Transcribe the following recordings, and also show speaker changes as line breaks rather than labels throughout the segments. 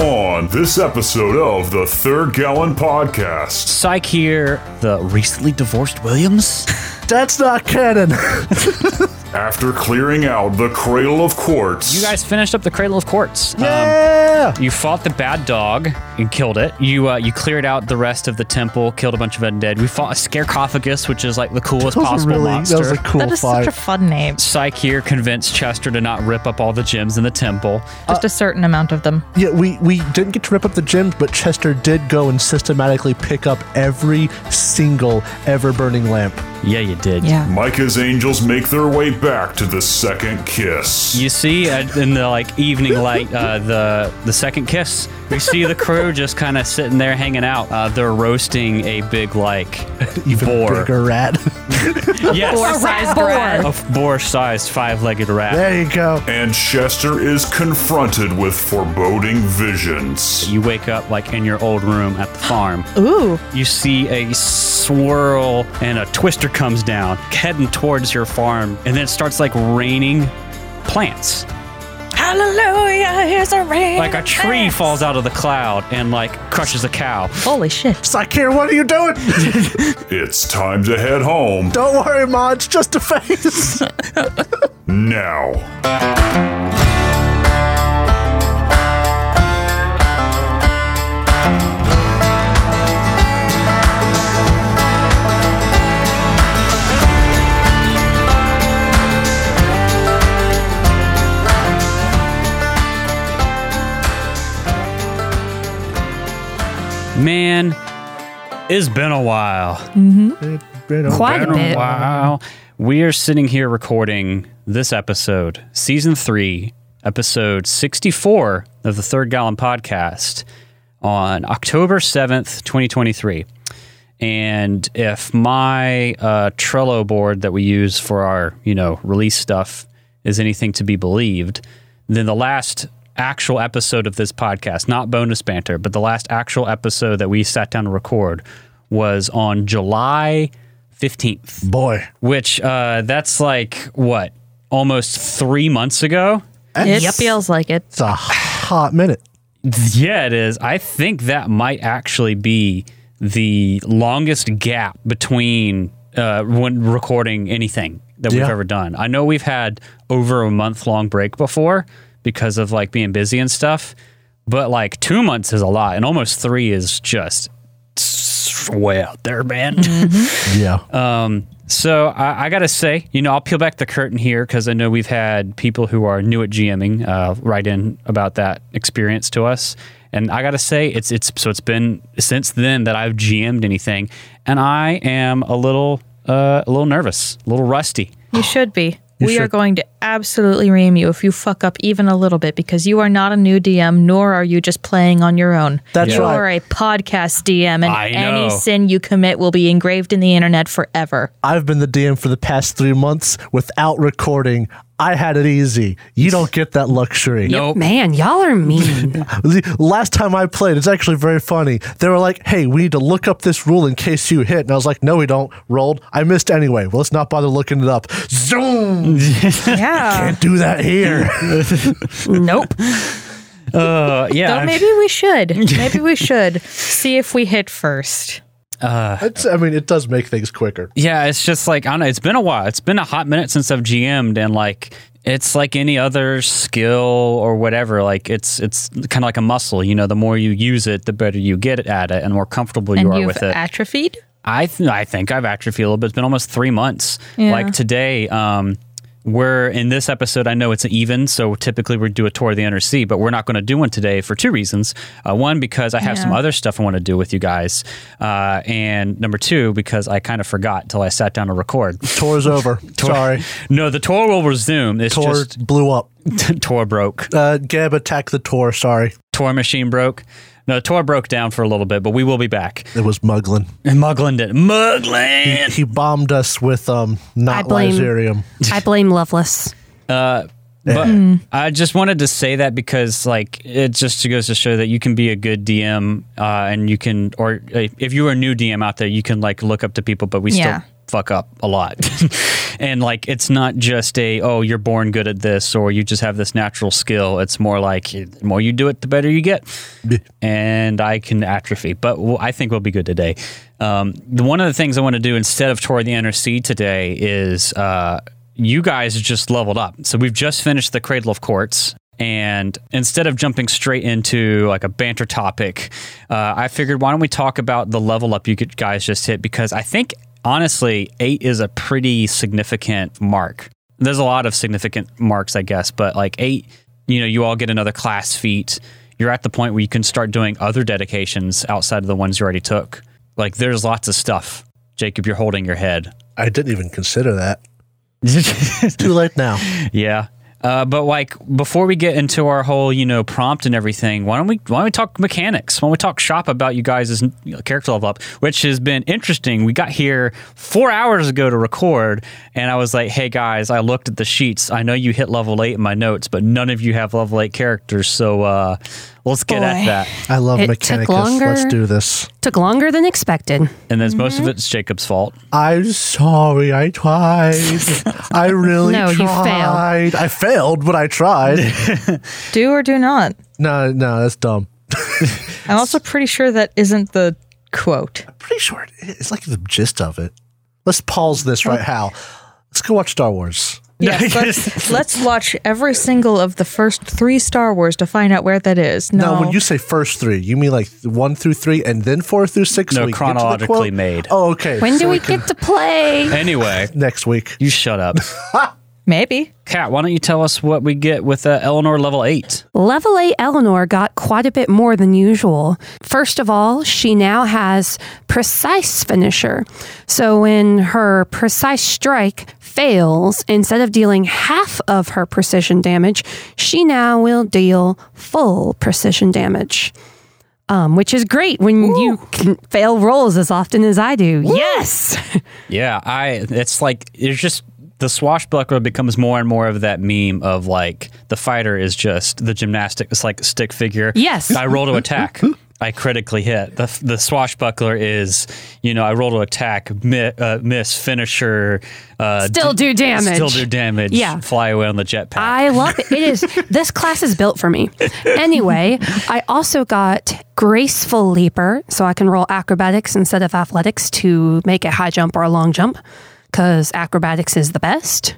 This episode of the Third Gallon Podcast.
Psych here, the recently divorced Williams.
That's not canon.
After clearing out the Cradle of Quartz,
You guys finished up the Cradle of Quartz. Um,
yeah.
you fought the bad dog and killed it. You uh, you cleared out the rest of the temple, killed a bunch of undead. We fought a Scarecophagus, which is like the coolest
That was a
possible
really
monster.
that was a cool
that is
fight.
such a fun name.
Psych here convinced Chester to not rip up all the gems in the temple.
Just a certain amount of them.
yeah, we we didn't get to rip up the gems, but Chester did go and systematically pick up every single ever burning lamp.
Yeah, you did.
Yeah.
Micah's angels make their way back to the second kiss.
You see uh, in the like evening light, uh, the the second kiss. We see the crew just kind of sitting there hanging out. Uh, they're roasting a big like
Even
boar.
bigger rat.
Yes,
Or size bread.
a boar-sized five-legged rat.
there you go.
And Chester is confronted with foreboding visions.
You wake up like in your old room at the farm.
Ooh.
You see a swirl and a twister comes down, heading towards your farm, and then it starts like raining plants.
Hallelujah, here's a rain.
Like a tree falls out of the cloud and like crushes a cow.
Holy shit.
Sakir, what are you doing?
It's time to head home
Don't worry, Ma. It's just a face.
now.
Man, it's been a while.
Quite a bit.
Wow. We are sitting here recording this episode, season three, episode 64 of the Third Gallon Podcast on October 7th, 2023. And if my uh, Trello board that we use for our, you know, release stuff is anything to be believed, then the last actual episode of this podcast, not bonus banter, but the last actual episode that we sat down to record was on July 15th
Boy,
which uh, that's like what almost three months ago
It feels like it.
it's a hot minute.
yeah it is i think that might actually be the longest gap between uh, when recording anything that we've
Yeah.
ever done i know we've had over a month long break before because of like being busy and stuff but like two months is a lot and almost three is just s- way out there man
Yeah.
Um, so I, I gotta say, you know, I'll peel back the curtain here because I know we've had people who are new at GMing uh, write in about that experience to us, and I gotta say, it's it's so it's been since then that I've GM'd anything, and I am a little uh, a little nervous, a little rusty.
You should be. we are
should.
going to absolutely ream you if you fuck up even a little bit because you are not a new DM, nor are you just playing on your own.
That's
you
right.
are a podcast DM, and
I know.
any sin you commit will be engraved in the internet forever.
I've been the DM for the past three months without recording. I had it easy. You don't get that luxury.
Nope.
Man, y'all are mean.
The last time I played, it's actually very funny. They were like, "Hey, we need to look up this rule in case you hit," and I was like, "No, we don't." Rolled. I missed anyway. Well, let's not bother looking it up. Zoom.
Yeah.
Can't do that here.
nope.
Uh, yeah.
So
I'm-
maybe we should. Maybe we should see if we hit first.
It's- I mean, it does make things quicker.
Yeah, it's just like I don't know. It's been a while. It's been a hot minute since I've GM'd, and like it's like any other skill or whatever. Like it's it's kind of like a muscle. You know, the more you use it, the better you get at it, and the more comfortable you
and
are
you've
with it.
atrophied?
I th- I think I've atrophied a little bit. It's been almost three months.
Yeah.
Like today, um, we're in this episode. I know it's an even, so typically we do a tour of the inner sea, but we're not going to do one today for two reasons. Uh, one, because I have some other stuff I want to do with you guys, uh, and number two, because I kind of forgot till I sat down to record.
Tour's over. Sorry,
No, the tour will resume. It's
tour blew up.
just tour broke.
Uh, Gab attacked the tour. Sorry,
Tour machine broke. No, tour broke down for a little bit, but we will be back.
it was Muglin.
And Mugland did. Mugland!
He bombed us with um,
I
not
blame-
Lyserium.
I blame Loveless.
But I just wanted to say that because, like, it just goes to show that you can be a good DM, uh, and you can, or uh, if you are a new DM out there, you can like look up to people. But we
Yeah.
still fuck up a lot. and like it's not just a oh you're born good at this or you just have this natural skill. It's more like the more you do it the better you get. and I can atrophy, but w- I think we'll be good today. Um, the- one of the things I want to do instead of toward the inner sea today is uh, you guys just leveled up. So we've just finished the Cradle of Courts. And instead of jumping straight into like a banter topic, uh, I figured why don't we talk about the level up you could- guys just hit? Because I think honestly, eight is a pretty significant mark. There's a lot of significant marks, I guess, but like eight, you know, you all get another class feat. You're at the point where you can start doing other dedications outside of the ones you already took. Like there's lots of stuff. Jacob, you're holding your head.
I didn't even consider that. Too late now.
Yeah. Uh, but like before we get into our whole you know prompt and everything, why don't we why don't we talk mechanics? Why don't we talk shop about you guys' you know, character level up, which has been interesting. We got here four hours ago to record, and I was like, hey guys, I looked at the sheets. I know you hit level eight in my notes, but none of you have level eight characters, so uh, let's get at
Boy.
that.
I love
It took
Mechanicus.
longer.
Let's do this.
Took longer than expected.
And then most of it's Jacob's fault.
I'm sorry, I tried. I really
No, you failed.
tried. I failed, but I tried.
Do or do not.
no, no, that's dumb.
I'm also pretty sure that isn't the quote.
Pretty sure it- it's like the gist of it. Let's pause this right now. Let's go watch Star Wars.
Yes, let's, let's watch every single of the first three Star Wars to find out where that is. No,
Now, when you say first three, you mean like one through three and then four through six?
No,
so we get to the
chronologically
quote?
made.
Oh, okay.
When do we get to play?
Anyway,
Next week.
you shut up.
maybe.
Kat, why don't you tell us what we get with uh, Eleanor level eight?
Level 8 Eleanor got quite a bit more than usual. First of all, she now has precise finisher. So when her precise strike fails, instead of dealing half of her precision damage, she now will deal full precision damage. Um, which is great when you can fail rolls as often as I do. Yes.
Yeah, I. It's like it's just the swashbuckler becomes more and more of that meme of like the fighter is just the gymnastic. It's like stick figure.
Yes.
I roll to attack. I critically hit. The, the swashbuckler is, you know, I roll to attack, mi- uh, miss, finisher, uh,
Still do damage.
still do damage,
Yeah.
fly away on the jetpack.
I love it. It is this class is built for me. Anyway, I also got graceful leaper, so I can roll acrobatics instead of athletics to make a high jump or a long jump, because acrobatics is the best.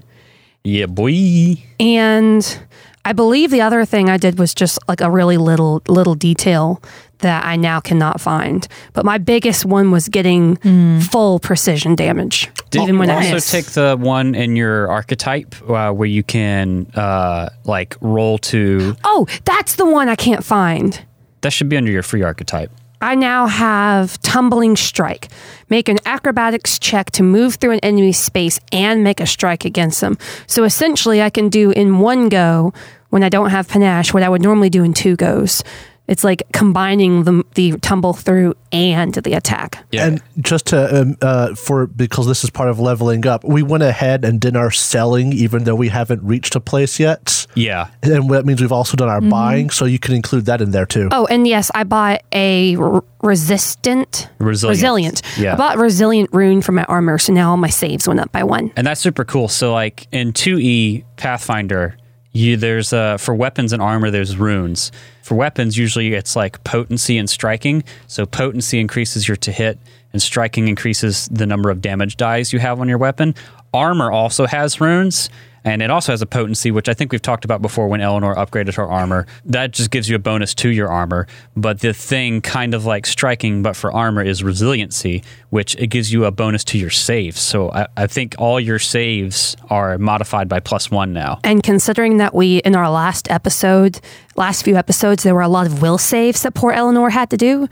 yeah, boy.
And I believe the other thing I did was just like a really little little detail that I now cannot find. But my biggest one was getting full precision damage,
Did
even
you
when I
Oh, also
miss.
take the one in your archetype uh, where you can uh, like roll to?
oh, that's the one I can't find.
That should be under your free archetype.
I now have Tumbling Strike. Make an acrobatics check to move through an enemy's space and make a strike against them. So essentially, I can do in one go when I don't have panache what I would normally do in two goes. It's like combining the, the tumble through and the attack.
Yeah.
And just to um, uh, for because this is part of leveling up, we went ahead and did our selling, even though we haven't reached a place yet.
yeah.
And that means we've also done
Mm-hmm.
our buying, so you can include that in there too.
Oh, and yes, I bought a r- resistant,
Resilient. Yeah.
I bought resilient rune for my armor, so now all my saves went up by one.
and that's super cool. So like in 2E Pathfinder, you there's uh for weapons and armor there's runes. For weapons usually it's like potency and striking. So potency increases your to hit and striking increases the number of damage dies you have on your weapon. Armor also has runes and it also has a potency which I think we've talked about before when Eleanor upgraded her armor. That just gives you a bonus to your armor, but the thing kind of like striking but for armor is resiliency, which it gives you a bonus to your saves. So I, I think all your saves are modified by plus one now.
And considering that we, in our last episode, last few episodes, there were a lot of will saves that poor Eleanor had to do,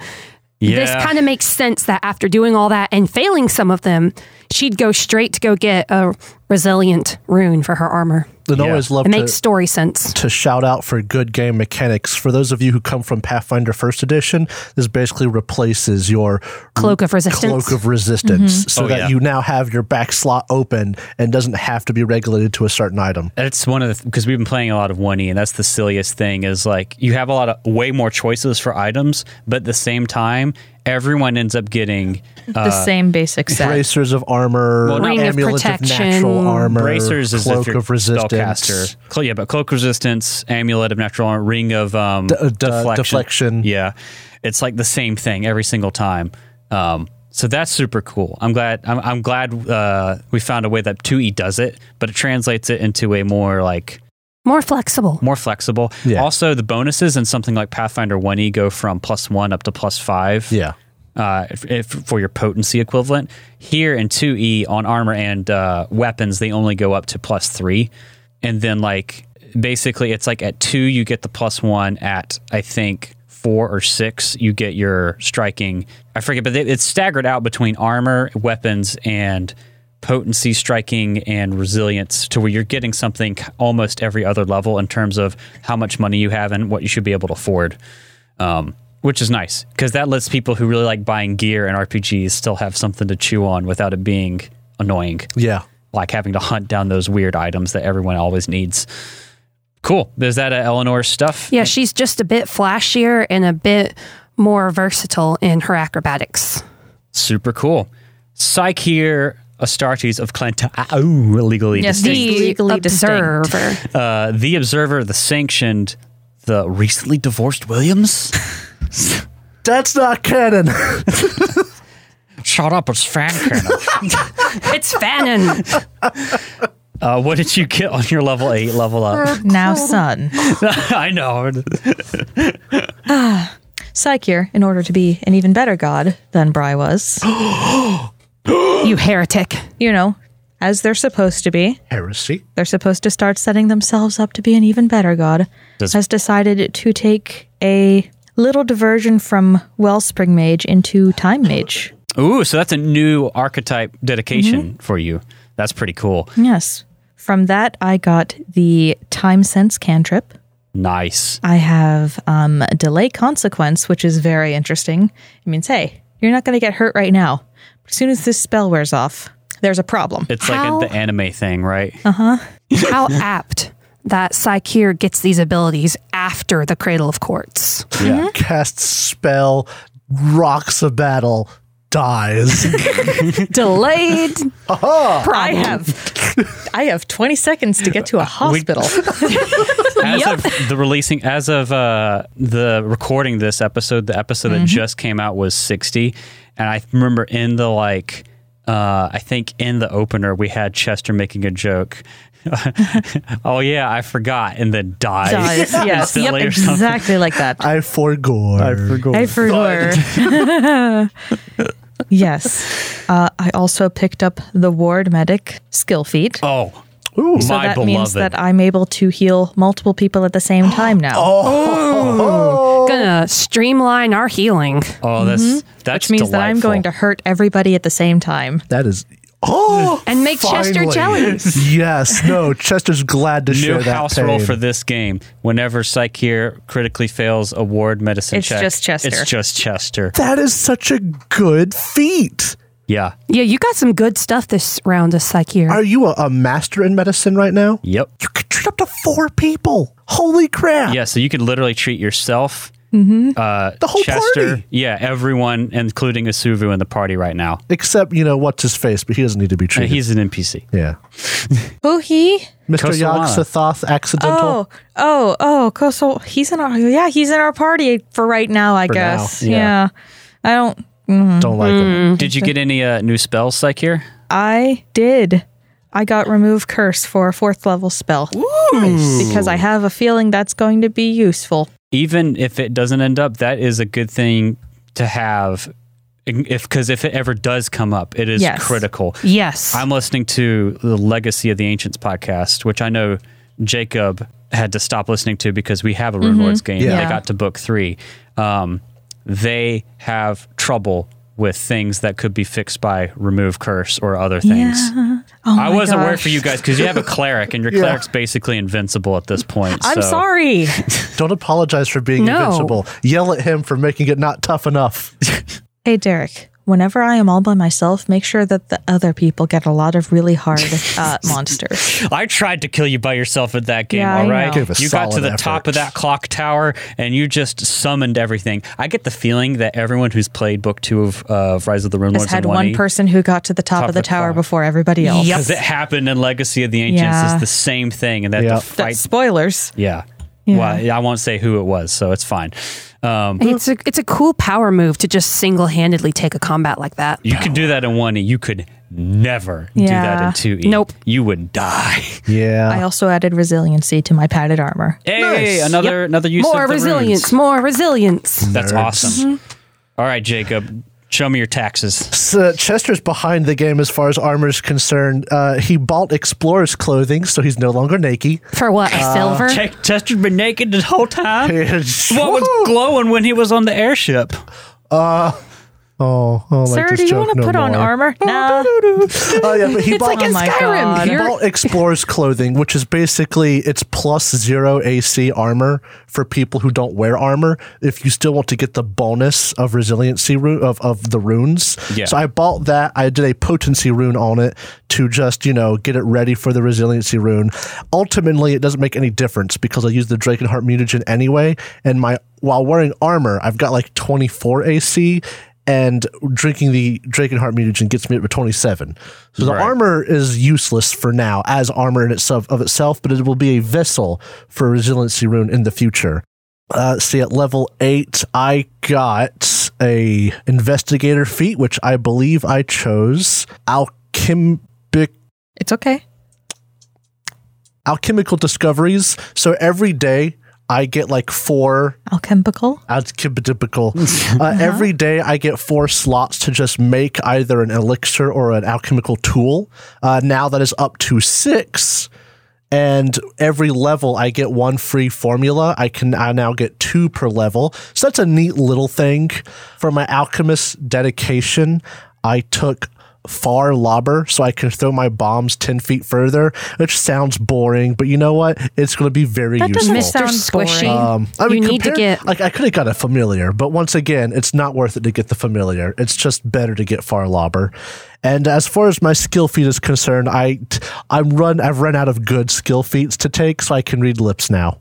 this
Yeah.
kind of makes sense that after doing all that and failing some of them, she'd go straight to go get a resilient rune for her armor.
and
yeah.
always love
It
to,
makes story sense.
to shout out for good game mechanics. For those of you who come from Pathfinder First Edition, this basically replaces your
Cloak of resistance. Mm-hmm.
cloak of resistance, so
Oh,
that
yeah.
you now have your back slot open and doesn't have to be regulated to a certain item.
That's one of the because we've been playing a lot of 1E, and that's the silliest thing is like you have a lot of way more choices for items, but at the same time, everyone ends up getting
The
Uh,
same basic set.
bracers of armor,
Well, no.
Ring of
amulets of,
protection.
natural armor,
bracers as
cloak
if you're
of resistance.
spellcaster. Cl- yeah, but cloak resistance, amulet of natural armor, ring of um,
uh, de-
deflection.
deflection.
Yeah, it's like the same thing every single time. Um, so that's super cool. I'm glad. I'm, I'm glad uh, we found a way that 2e does it, but it translates it into a more like
More flexible.
more flexible.
Yeah.
Also, the bonuses and something like Pathfinder 1e go from plus one up to plus five.
Yeah.
uh, if, if, for your potency equivalent. Here in 2E on armor and uh, weapons, they only go up to plus three. And then, like, basically, it's like at two, you get the plus one. At, I think, four or six, you get your striking. I forget, but they, it's staggered out between armor, weapons, and potency striking and resilience to where you're getting something almost every other level in terms of how much money you have and what you should be able to afford um, which is nice because that lets people who really like buying gear and RPGs still have something to chew on without it being annoying,
Yeah.
like having to hunt down those weird items that everyone always needs. Cool. Is that uh, Eleanor stuff?
Yeah, she's just a bit flashier and a bit more versatile in her acrobatics.
Super cool. Psyche here, Astartes of Clenta. Oh, legally
Yes,
distinct.
Distinct. Legally
observer.
distinct.
uh, the observer, the sanctioned, the recently divorced Williams.
That's not canon.
Shut up, it's fan cannon.
it's Fannin.
uh, what did you get on your level eight level up?
Now, son.
I know.
Psycheer, in order to be an even better god than Bry was,
you heretic.
you know, as they're supposed to be,
Heresy.
they're supposed to start setting themselves up to be an even better god,
Does-
has decided to take a little diversion from Wellspring Mage into Time Mage.
Ooh, so that's a new archetype dedication
Mm-hmm.
for you. That's pretty cool.
Yes. From that, I got the Time Sense cantrip.
Nice.
I have um, delay consequence, which is very interesting. It means, hey, you're not going to get hurt right now. As soon as this spell wears off, there's a problem.
It's
How-
like a, the anime thing, right?
Uh-huh.
How apt that Psycheer gets these abilities after the Cradle of Quartz.
Yeah.
Casts spell, rocks a battle, dies.
Delayed.
I have, I have 20 seconds to get to a hospital.
As of the releasing, as of uh, the recording this episode, the episode
Mm-hmm.
that just came out was 60. And I remember in the like, uh, I think in the opener, we had Chester making a joke. oh, yeah, I forgot. And then dies.
Dies, yes. Yep,
Instantly or something.
exactly like that.
I forgore. I forgore.
I forgot. yes. Uh, I also picked up the ward medic skill feat.
Oh,
Ooh.
so
my
that
beloved.
means that I'm able to heal multiple people at the same time now.
Oh,
Gonna streamline our healing.
oh, that's, that's
Mm-hmm. which means that I'm
delightful.
going to hurt everybody at the same time.
That is. Oh!
And make Chester
finally.
jealous.
yes. No, Chester's glad to share
New
that
house
pain.
rule for this game. Whenever Psycheer critically fails a ward medicine
It's
check,
just Chester.
It's just Chester.
that is such a good feat.
Yeah.
Yeah, you got some good stuff this round of Psycheer.
Are you a, a master in medicine right now?
Yep.
You could treat up to four people. Holy crap.
Yeah. So you could literally treat yourself,
Mm-hmm.
uh,
The whole
Chester,
party.
yeah, everyone, including Asuvu in the party right now.
Except, you know, what's his face, but he doesn't need to be
And
treated.
Uh, he's an NPC.
yeah.
Who he?
Mr.
Kosalana.
Yaxathoth accidental.
Oh, oh, oh, Kosol. He's in our yeah, he's in our party for right now, I
For now,
guess.
yeah.
yeah. I don't
Don't like him.
Mm-hmm.
Did you get any uh, new spells, like here?
I did. I got remove curse for a fourth level spell. Because I have a feeling that's going to be useful.
Even if it doesn't end up, that is a good thing to have. If because if it ever does come up, it is
Yes.
critical.
yes.
I'm listening to the Legacy of the Ancients podcast, which I know Jacob had to stop listening to because we have a Rune Lords game.
Yeah.
They
Mm-hmm. Yeah.
got to book three. Um, they have trouble with things that could be fixed by remove curse or other things.
Oh
I
my
wasn't aware
gosh.
for you guys because you have a cleric and your cleric's basically invincible at this point.
I'm
so-
sorry.
Don't apologize for being
No.
invincible. Yell at him for making it not tough enough.
hey Derek, whenever I am all by myself, make sure that the other people get a lot of really hard uh, monsters.
I tried to kill you by yourself at that game,
Yeah, I
all
know.
right?
Gave
a
You got to
solid
the top
effort.
of that clock tower and you just summoned everything. I get the feeling that everyone who's played book two of, of Rise of the Rune
Has
Lords
had
and
one
1E
person who got to the top, of the, tower before everybody else.
because it happened in Legacy of the Ancients
Yeah.
is the same thing, and that
Yeah.
the
That's
That's
fight.
spoilers.
yeah. Well, I won't say who it was, so it's fine. Um,
It's a it's a cool power move to just single handedly take a combat like that.
you could do that in one, e you could never do that
Yeah.
in two. E.
Nope.
you would die.
I
Yeah.
also added resiliency to my padded armor.
Hey, another another use
More
of the
resilience,
runes.
more resilience.
That's
Nerds.
awesome.
Mm-hmm.
All right, Jacob, show me your taxes.
So uh, Chester's behind the game as far as armor is concerned. Uh, he bought explorer's clothing, so he's no longer naked.
For what? A silver?
Ch- Chester's been naked this whole time. what
Woo!
was glowing when he was on the airship?
Oh, I don't like
Sir,
this
do you
joke
want to
no
put on
more.
armor? Nah.
Oh yeah, but he
It's
bought
like in
Oh my
Skyrim.
God.
He
You're-
bought Explorer's clothing, which is basically it's plus zero AC armor for people who don't wear armor. If you still want to get the bonus of resiliency ru- of of the runes,
Yeah.
so I bought that. I did a potency rune on it to just you know get it ready for the resiliency rune. Ultimately, it doesn't make any difference because I use the Drakenheart mutagen anyway, and my while wearing armor, I've got like twenty four AC. And drinking the Drakenheart mutagen gets me up to 27. So the
Right.
armor armor is useless for now as armor in itself of itself, but it will be a vessel for resiliency rune in the future. Uh, let's see, at level eight, I got a investigator feat, which I believe I chose alchemic
It's okay.
alchemical discoveries. So every day I get like four
Alchemical.
alchemical. uh, every day I get four slots to just make either an elixir or an alchemical tool. Uh, now that is up to six. And every level, I get one free formula. I can I now get two per level. So that's a neat little thing. For my alchemist dedication, I took far lobber so I can throw my bombs ten feet further, which sounds boring, but you know what? It's going to be very
That
useful.
doesn't sound
Mr. Squishy.
boring.
Um, I mean,
you need to
compared-
get
like I could have got a familiar, but once again, it's not worth it to get the familiar. It's just better to get Farlobber. And as far as my skill feat is concerned, I I'm run I've run out of good skill feats to take, so I can read lips now.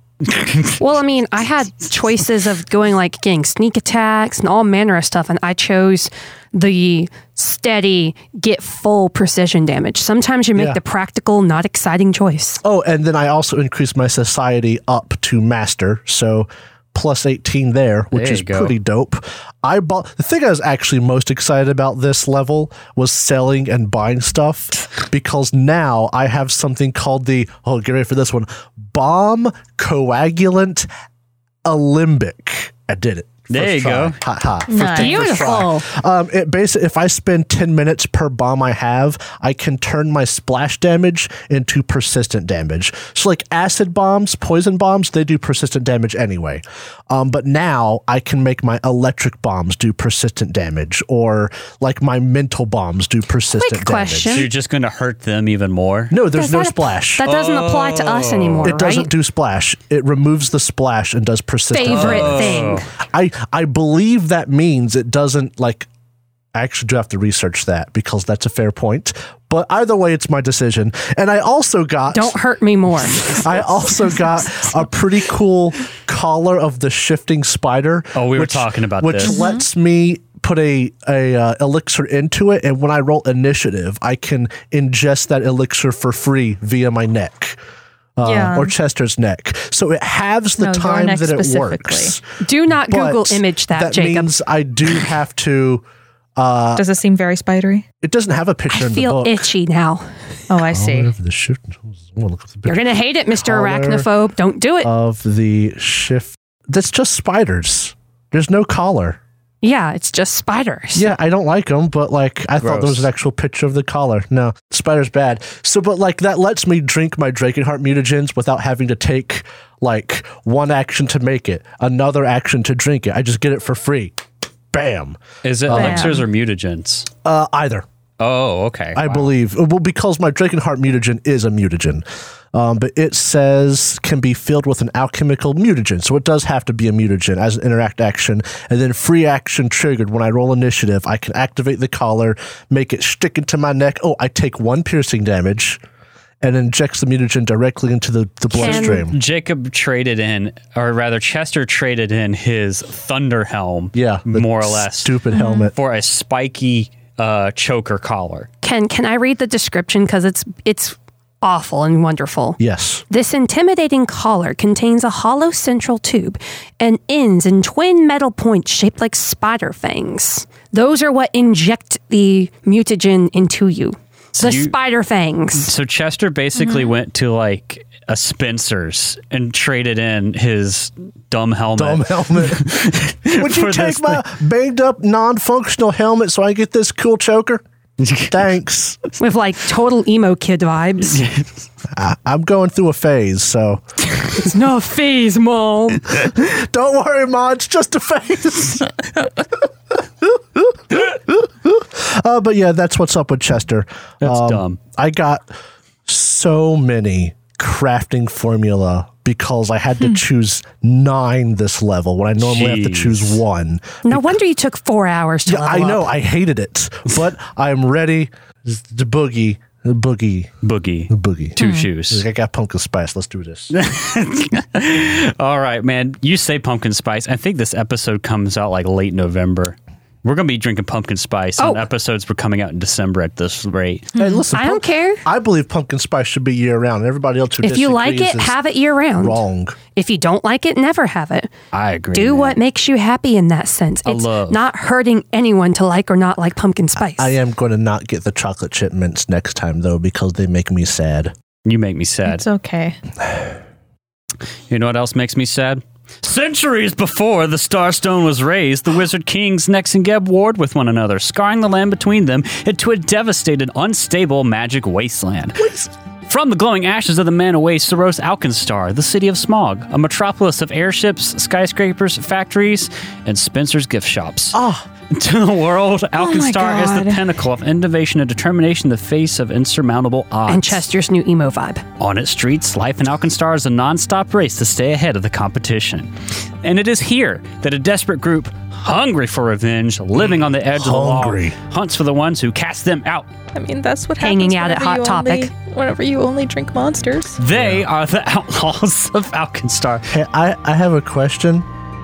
Well, I mean, I had choices of going like getting sneak attacks and all manner of stuff, and I chose the steady, get full precision damage. Sometimes you make
Yeah.
the practical, not exciting choice.
Oh, and then I also increased my society up to master, so plus 18 there, which
There
is
you go.
pretty dope. I bought the thing I was actually most excited about this level was selling and buying stuff because now I have something called the oh, get ready for this one bomb coagulant alembic. I did it.
There
First
you
try.
go.
Ha ha. First
Nice.
time, first try. Um, it basically, if I spend 10 minutes per bomb I have, I can turn my splash damage into persistent damage. So, like acid bombs, poison bombs, they do persistent damage anyway. Um, but now I can make my electric bombs do persistent damage, or like my mental bombs do persistent
Quick
damage.
question.
So you're just going to hurt them even more?
No, there's
Does
no
that-
splash.
That doesn't apply to us anymore,
Oh. it doesn't
right?
do splash. It removes the splash and does persistent
Favorite thing.
I I believe that means it doesn't like. I actually do have to research that because that's a fair point. But either way, it's my decision. And I also got
Don't hurt me more.
I also got a pretty cool collar of the shifting spider.
Oh, we were talking about
which
this.
lets me put a a uh, elixir into it, and when I roll initiative, I can ingest that elixir for free via my neck. uh,
Yeah.
Or Chester's neck. So it halves the
No, your
time
neck
that it
specifically.
works.
Do not
But
Google image that,
that
Jacob.
means I do have to.
Does it seem very spidery?
It doesn't have a picture
I
in
feel
the book.
itchy now.
Oh, I see.
Of the shift, I'm gonna look up the
You're
picture
going to hate it, Mr.
Collar.
Arachnophobe. Don't do it.
of the shift. That's just spiders. There's no collar.
yeah, it's just spiders.
Yeah, I don't like them, but like I thought there
Gross.
was an actual picture of the collar. No, spider's bad. So, but like that lets me drink my Drakenheart mutagens without having to take like one action to make it, another action to drink it. I just get it for free. Bam.
Is
Oh,
it elixirs or mutagens?
Uh, either.
Oh, okay.
I uh,
Wow.
believe. Well, because my Drakenheart mutagen is a mutagen. Um, but it says can be filled with an alchemical mutagen. So it does have to be a mutagen as an interact action. And then free action triggered when I roll initiative, I can activate the collar, make it stick into my neck. Oh, I take one piercing damage and injects the mutagen directly into the, the bloodstream.
Jacob traded in, or rather, Chester traded in his thunder helm.
Yeah. the
more or less Mm-hmm.
Stupid helmet.
for a spiky uh, choker collar.
Can can I read the description because it's it's awful and wonderful.
Yes.
This intimidating collar contains a hollow central tube and ends in twin metal points shaped like spider fangs. Those are what inject the mutagen into you. The
you-
spider fangs.
So Chester basically
Mm-hmm.
went to like a Spencer's and traded in his dumb helmet.
Dumb helmet. Would
For
you
this
take my banged up non functional helmet so I get this cool choker? Thanks.
with like total emo kid vibes.
I- I'm going through a phase, so
It's no phase, mom.
don't worry, Ma. It's just a phase. uh, but yeah, that's what's up with Chester. Um,
That's dumb.
I got so many crafting formula because I had to choose nine this level when I normally have to
Jeez.
choose one.
No wonder you took four hours to.
Yeah, I
level
know.
up.
I hated it, but I'm ready. The boogie, the boogie,
Boogie.
the boogie.
Two shoes.
I got pumpkin spice. Let's do this.
All right, man. You say pumpkin spice. I think this episode comes out like late November. We're going to be drinking pumpkin spice. And
Oh.
episodes were coming out in December at this rate.
Hey, listen.
Hmm. I don't
pump-
care.
I believe pumpkin spice should be year round. Everybody else who
If you like
disagrees
it,
is
have it year round.
wrong.
If you don't like it, never have it.
I agree.
Do
man.
what makes you happy in that sense. It's
love.
not hurting anyone to like or not like pumpkin spice.
I uh, am going to not get the chocolate chip mints next time though because they make me sad.
You make me sad.
It's okay.
You know what else makes me sad? Centuries before the Starstone was raised, the Wizard Kings Nex and Geb warred with one another, scarring the land between them into a devastated, unstable magic wasteland. From the glowing ashes of the man awaits the Rose Alkenstar, the city of Smog, a metropolis of airships, skyscrapers, factories, and Spencer's gift shops. To the world, Alkenstar is the
God.
pinnacle of innovation and determination in the face of insurmountable odds.
and Chester's new emo vibe.
On its streets, life in Alkenstar is a non-stop race to stay ahead of the competition. And it is here that a desperate group, hungry for revenge, living on the edge
Hungry.
of the law, hunts for the ones who cast them out.
I mean, that's what
Hanging
happens
out at
whenever
Hot
you
Topic.
only- whenever you only drink monsters.
They are the outlaws of Alkenstar.
Hey, I I have a question.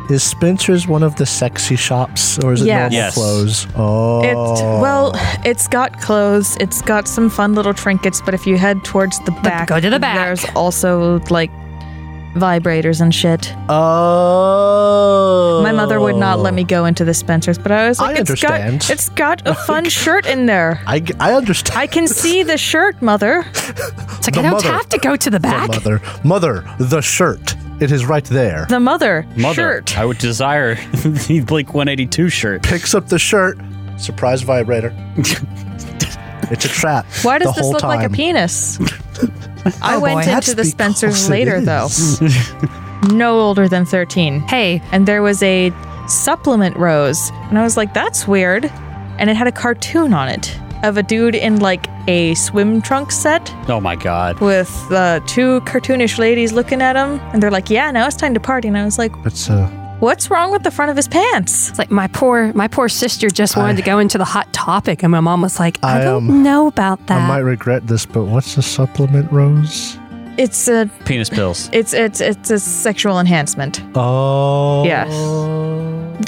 Is Spencer's one of the sexy shops or is it
Yes.
normal
Yes.
clothes? Oh,
It's well, it's got clothes, it's got some fun little trinkets, but if you head towards the back,
go to the back.
There's also like vibrators and shit.
oh.
My mother would not let me go into the Spencer's, but I was
I
like, it's got,
understand.
it's got a fun shirt in there.
I, I understand.
I can see the shirt, mother.
It's like
The
I don't
mother-
have to go to
The
the back.
mother, mother, the shirt. It is right there.
The mother,
Mother,
shirt.
I would desire the Blink 182 shirt.
Picks up the shirt. Surprise vibrator. it's a trap.
Why does
the
this
whole
look like a
time.
penis? I
Oh,
went
boy, that's
into the Spencer's
because it
later, though.
is.
No older than 13.
Hey,
and there was a supplement rose and i was like that's weird and it had a cartoon on it of a dude in like a swim trunk set
Oh my god.
with uh, two cartoonish ladies looking at him and they're like yeah now it's time to party and i was like
It's uh, a.
what's wrong with the front of his pants
it's like my poor my poor sister just wanted to go into the hot topic, and my mom was like, "I,
I,
don't
um,
know about
I
that."
might regret this, but what's the supplement rose?
it's a
Penis pills.
it's it's it's a sexual enhancement
Oh.
Yes.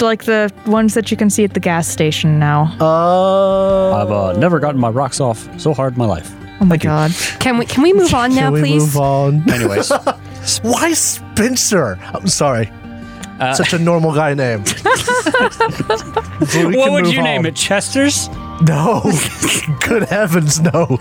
like the ones that you can see at the gas station now
Oh.
I've uh, never gotten my rocks off so hard in my life.
oh my god
Can we can we move on now,
Can we
please?
move on?
Anyways,
Why Spencer? I'm sorry.
Uh,
Such a normal guy name.
what would you name it? Chester's?
No. Good heavens, no.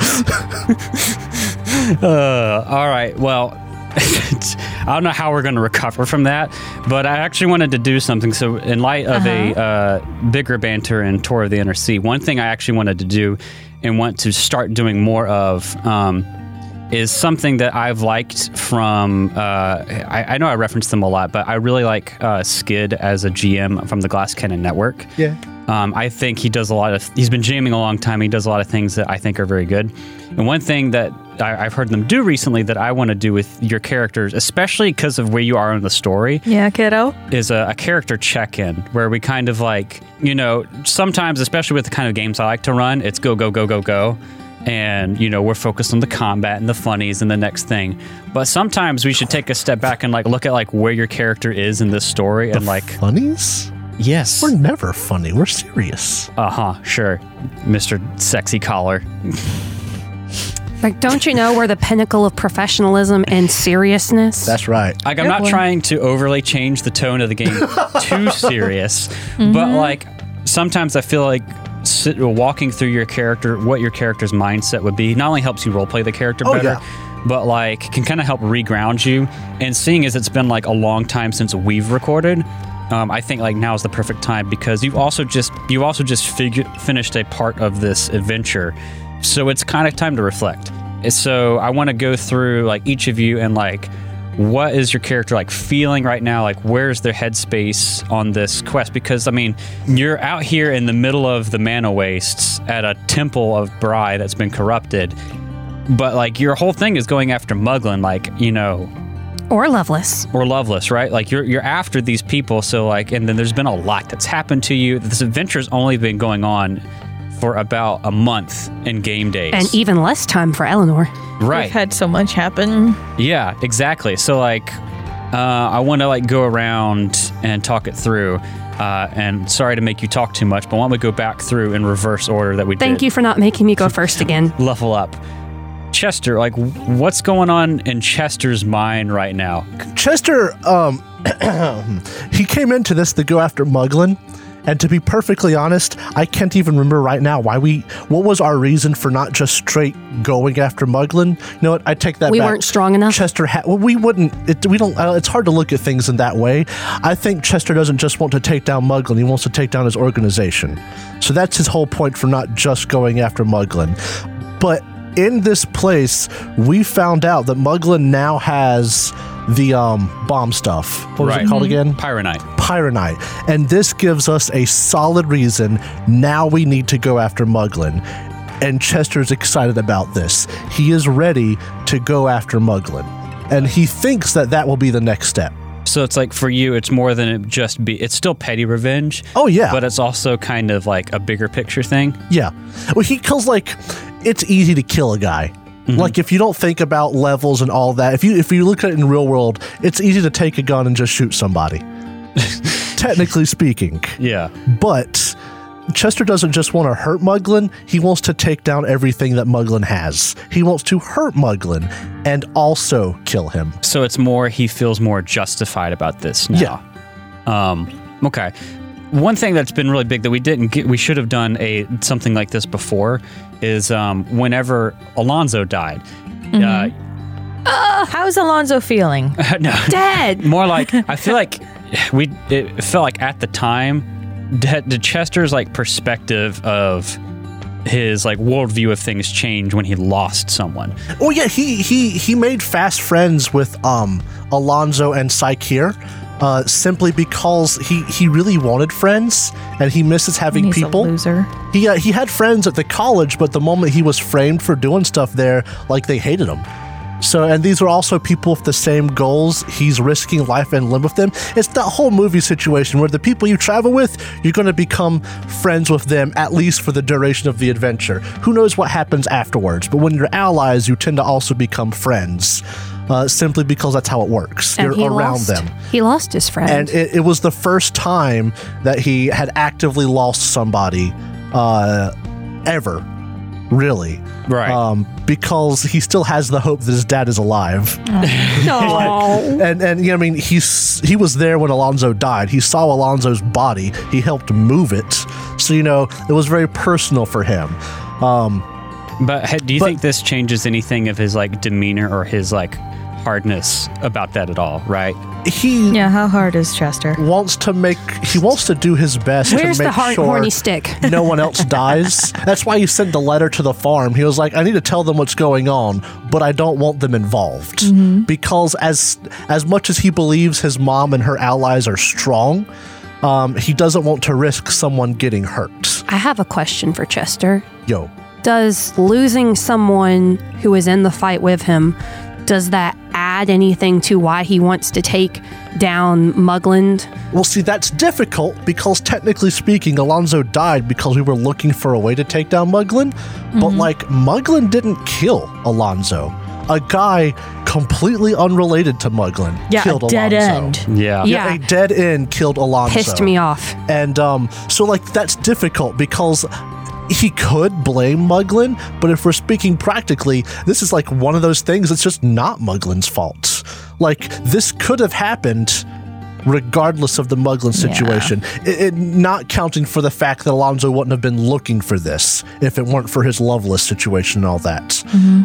Uh, all right. Well, I don't know how we're going to recover from that, but I actually wanted to do something. So, in light of a uh, bigger banter and tour of the inner sea, one thing I actually wanted to do and want to start doing more of um, is something that I've liked from. Uh, I, I know I reference them a lot, but I really like uh, Skid as a GM from the Glass Cannon Network.
Yeah.
Um, I think he does a lot of. He's been jamming a long time. He does a lot of things that I think are very good. And one thing that I, I've heard them do recently that I want to do with your characters, especially because of where you are in the story,
Yeah, kiddo.
is a, a character check-in where we kind of like you know sometimes especially with the kind of games i like to run it's go go go go go and you know we're focused on the combat and the funnies and the next thing but sometimes we should take a step back and like look at like where your character is in this story and like
Funnies?
yes
We're never funny. We're serious.
uh-huh sure mr sexy collar
Like, don't you know we're the pinnacle of professionalism and seriousness?
That's right.
Like I'm not trying to overly change the tone of the game too serious, but like sometimes I feel like sit, walking through your character, what your character's mindset would be, not only helps you roleplay the character
Oh,
better, but like can kind of help reground you. And seeing as it's been like a long time since we've recorded. Um, I think like now is the perfect time because you've also just you have also just figure, finished a part of this adventure, so it's kind of time to reflect. So I want to go through like each of you and like what is your character like feeling right now like where's their headspace on this quest because i mean you're out here in the middle of the mana wastes at a temple of bri that's been corrupted but like your whole thing is going after muglin like you know
or Loveless.
or loveless right like you're you're after these people so like and then there's been a lot that's happened to you this adventure's only been going on for about a month in game days
And even less time for Eleanor.
right
We've had so much happen.
Yeah, exactly. So like, uh, I want to like go around and talk it through. Uh, and sorry to make you talk too much, but why don't we go back through in reverse order that we
Thank you
did?
for not making me go first again.
Level up. Chester, like, w- what's going on in Chester's mind right now?
Chester, um, he came into this to go after Muglin, and to be perfectly honest, I can't even remember right now why we. What was our reason for not just straight going after Muglin? You know what? I take that.
We
back.
weren't strong enough?
Chester, ha- well, we wouldn't. It, we don't. Uh, it's hard to look at things in that way. I think Chester doesn't just want to take down Muglin; he wants to take down his organization. So that's his whole point for not just going after Muglin. But in this place, we found out that Muglin now has the um, bomb stuff. What was
Right.
it called again?
Pyronite.
Pyronite. And this gives us a solid reason now we need to go after Muglin. And Chester's excited about this. He is ready to go after Muglin. And he thinks that that will be the next step.
So it's like for you, it's more than it just be. It's still petty revenge.
Oh, yeah.
But it's also kind of like a bigger picture thing.
Yeah. Well, he kills like it's easy to kill a guy. Like if you don't think about levels and all that, if you if you look at it in real world, it's easy to take a gun and just shoot somebody. Technically speaking.
Yeah.
But Chester doesn't just want to hurt Muglin, he wants to take down everything that Muglin has. He wants to hurt Muglin and also kill him.
So it's more he feels more justified about this now.
Yeah.
Um, okay. One thing that's been really big that we didn't get, we should have done a something like this before, is um, whenever Alonzo died. uh,
How's Oh, Alonzo feeling?
Uh, no,
Dead!
more like I feel like we it felt like at the time that the Chester's like perspective of his like worldview of things changed when he lost someone.
Oh yeah, he he he made fast friends with um Alonzo and Psyche here. Uh, simply because he, he really wanted friends and he misses having
He's
people.
a loser.
He uh, he had friends at the college, but the moment he was framed for doing stuff there, like they hated him. So, and these were also people with the same goals. He's risking life and limb with them. It's that whole movie situation where the people you travel with, you're going to become friends with them at least for the duration of the adventure. Who knows what happens afterwards? But when you're allies, you tend to also become friends, uh, simply because that's how it works.
And he
you're around
lost,
them
He lost his friend.
and it, it was the first time that he had actively lost somebody uh, ever really
Right.
um, because he still has the hope that his dad is alive
no.
and and you know, i mean he's he was there when alonzo died he saw alonzo's body he helped move it so you know it was very personal for him um,
But ha- do you think this changes anything of his like demeanor or his like hardness about that at all, right?
He
Yeah, how hard is Chester?
wants to make he wants to do his best
Where's
to
the
make
hard,
sure
horny stick?
no one else dies. That's why he sent the letter to the farm. He was like, I need to tell them what's going on, but I don't want them involved
Mm-hmm.
because as as much as he believes his mom and her allies are strong, um, he doesn't want to risk someone getting hurt.
I have a question for Chester.
Yo,
Does losing someone who is in the fight with him, does that add anything to why he wants to take down Mugland?
Well, see, that's difficult because technically speaking, Alonzo died because we were looking for a way to take down Muglin. But, like, Muglin didn't kill Alonzo. A guy completely unrelated to Muglin
Yeah,
killed
a dead
Alonzo.
end.
Yeah.
Yeah.
A dead end killed Alonzo.
Pissed me off.
And um, so, like, that's difficult because he could blame Muglin, but if we're speaking practically, this is like one of those things that's just not Muglin's fault. Like, this could have happened regardless of the Muglin situation, it, it- not counting for the fact that Alonzo wouldn't have been looking for this if it weren't for his Loveless situation and all that.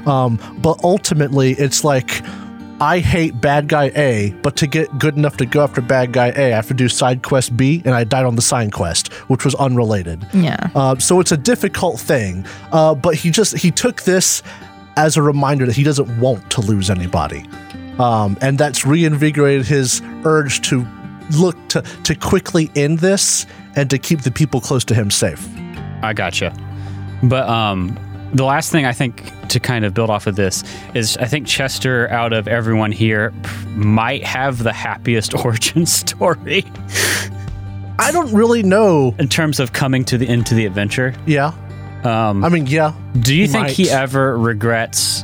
Um, but ultimately, it's like. I hate bad guy A, but to get good enough to go after bad guy A, I have to do side quest B, and I died on the side quest, which was unrelated.
Yeah.
Uh, so it's a difficult thing. Uh, but he just he took this as a reminder that he doesn't want to lose anybody, um, and that's reinvigorated his urge to look to to quickly end this and to keep the people close to him safe.
I gotcha. But um, the last thing I think to kind of build off of this is I think Chester, out of everyone here, p- might have the happiest origin story
I don't really know.
in terms of coming to the end to the adventure.
Yeah.
Um,
I mean, yeah.
Do you
He
think
might.
he ever regrets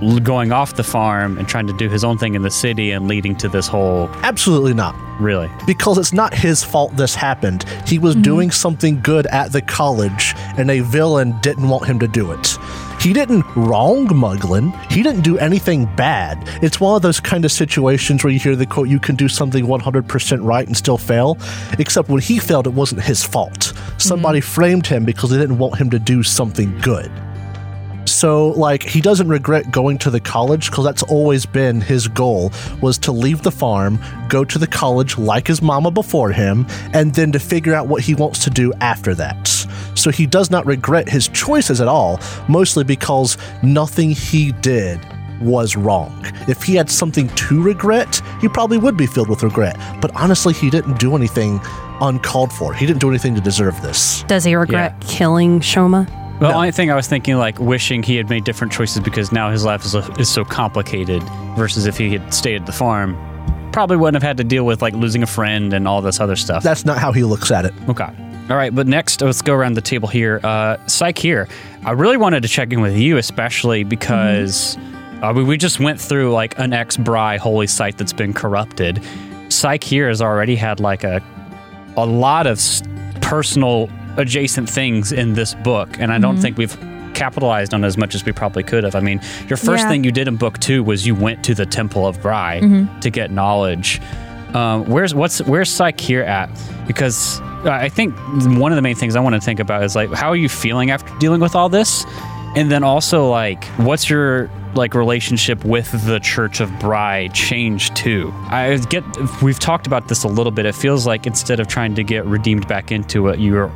l- going off the farm and trying to do his own thing in the city and leading to this whole
Absolutely not.
really?
because it's not his fault this happened. He was doing something good at the college, and a villain didn't want him to do it. He didn't wrong Muglin. He didn't do anything bad. It's one of those kind of situations where you hear the quote, you can do something 100% right and still fail. Except when he failed, it wasn't his fault. Somebody framed him because they didn't want him to do something good. So like he doesn't regret going to the college because that's always been his goal was to leave the farm, go to the college like his mama before him, and then to figure out what he wants to do after that. So he does not regret his choices at all, mostly because nothing he did was wrong. If he had something to regret, he probably would be filled with regret. But honestly, he didn't do anything uncalled for. He didn't do anything to deserve this.
Does he regret killing Shoma?
Well, the only thing I was thinking, like wishing he had made different choices because now his life is, is so complicated. Versus if he had stayed at the farm, probably wouldn't have had to deal with like losing a friend and all this other stuff.
That's not how he looks at it.
okay. All right, but next let's go around the table here. Uh, Psych here. I really wanted to check in with you, especially because uh, we, we just went through like an ex Bry holy site that's been corrupted. Psych here has already had like a a lot of s- personal adjacent things in this book, and I don't think we've capitalized on as much as we probably could have. I mean, your first
Yeah.
thing you did in book two was you went to the Temple of Bry to get knowledge. Um, where's what's where's Psyche here at? Because I I think one of the main things I want to think about is like how are you feeling after dealing with all this, and then also like what's your like relationship with the Church of Bry change too? I get we've talked about this a little bit. It feels like instead of trying to get redeemed back into it, you're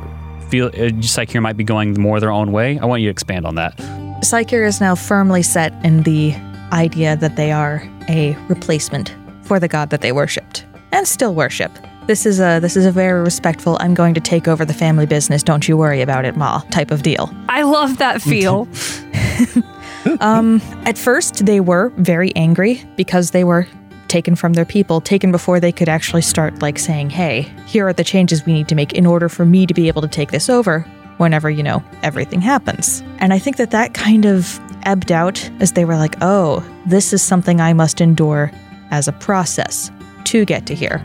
feel uh, just like here might be going more their own way. I want you to expand on that.
Psyker is now firmly set in the idea that they are a replacement for the god that they worshipped and still worship. This is a this is a very respectful. I'm going to take over the family business. Don't you worry about it, Ma. Type of deal.
I love that feel.
At first, they were very angry because they were taken from their people, taken before they could actually start like saying, "Hey, here are the changes we need to make in order for me to be able to take this over whenever, you know, everything happens." And I think that that kind of ebbed out as they were like, "Oh, this is something I must endure as a process to get to here."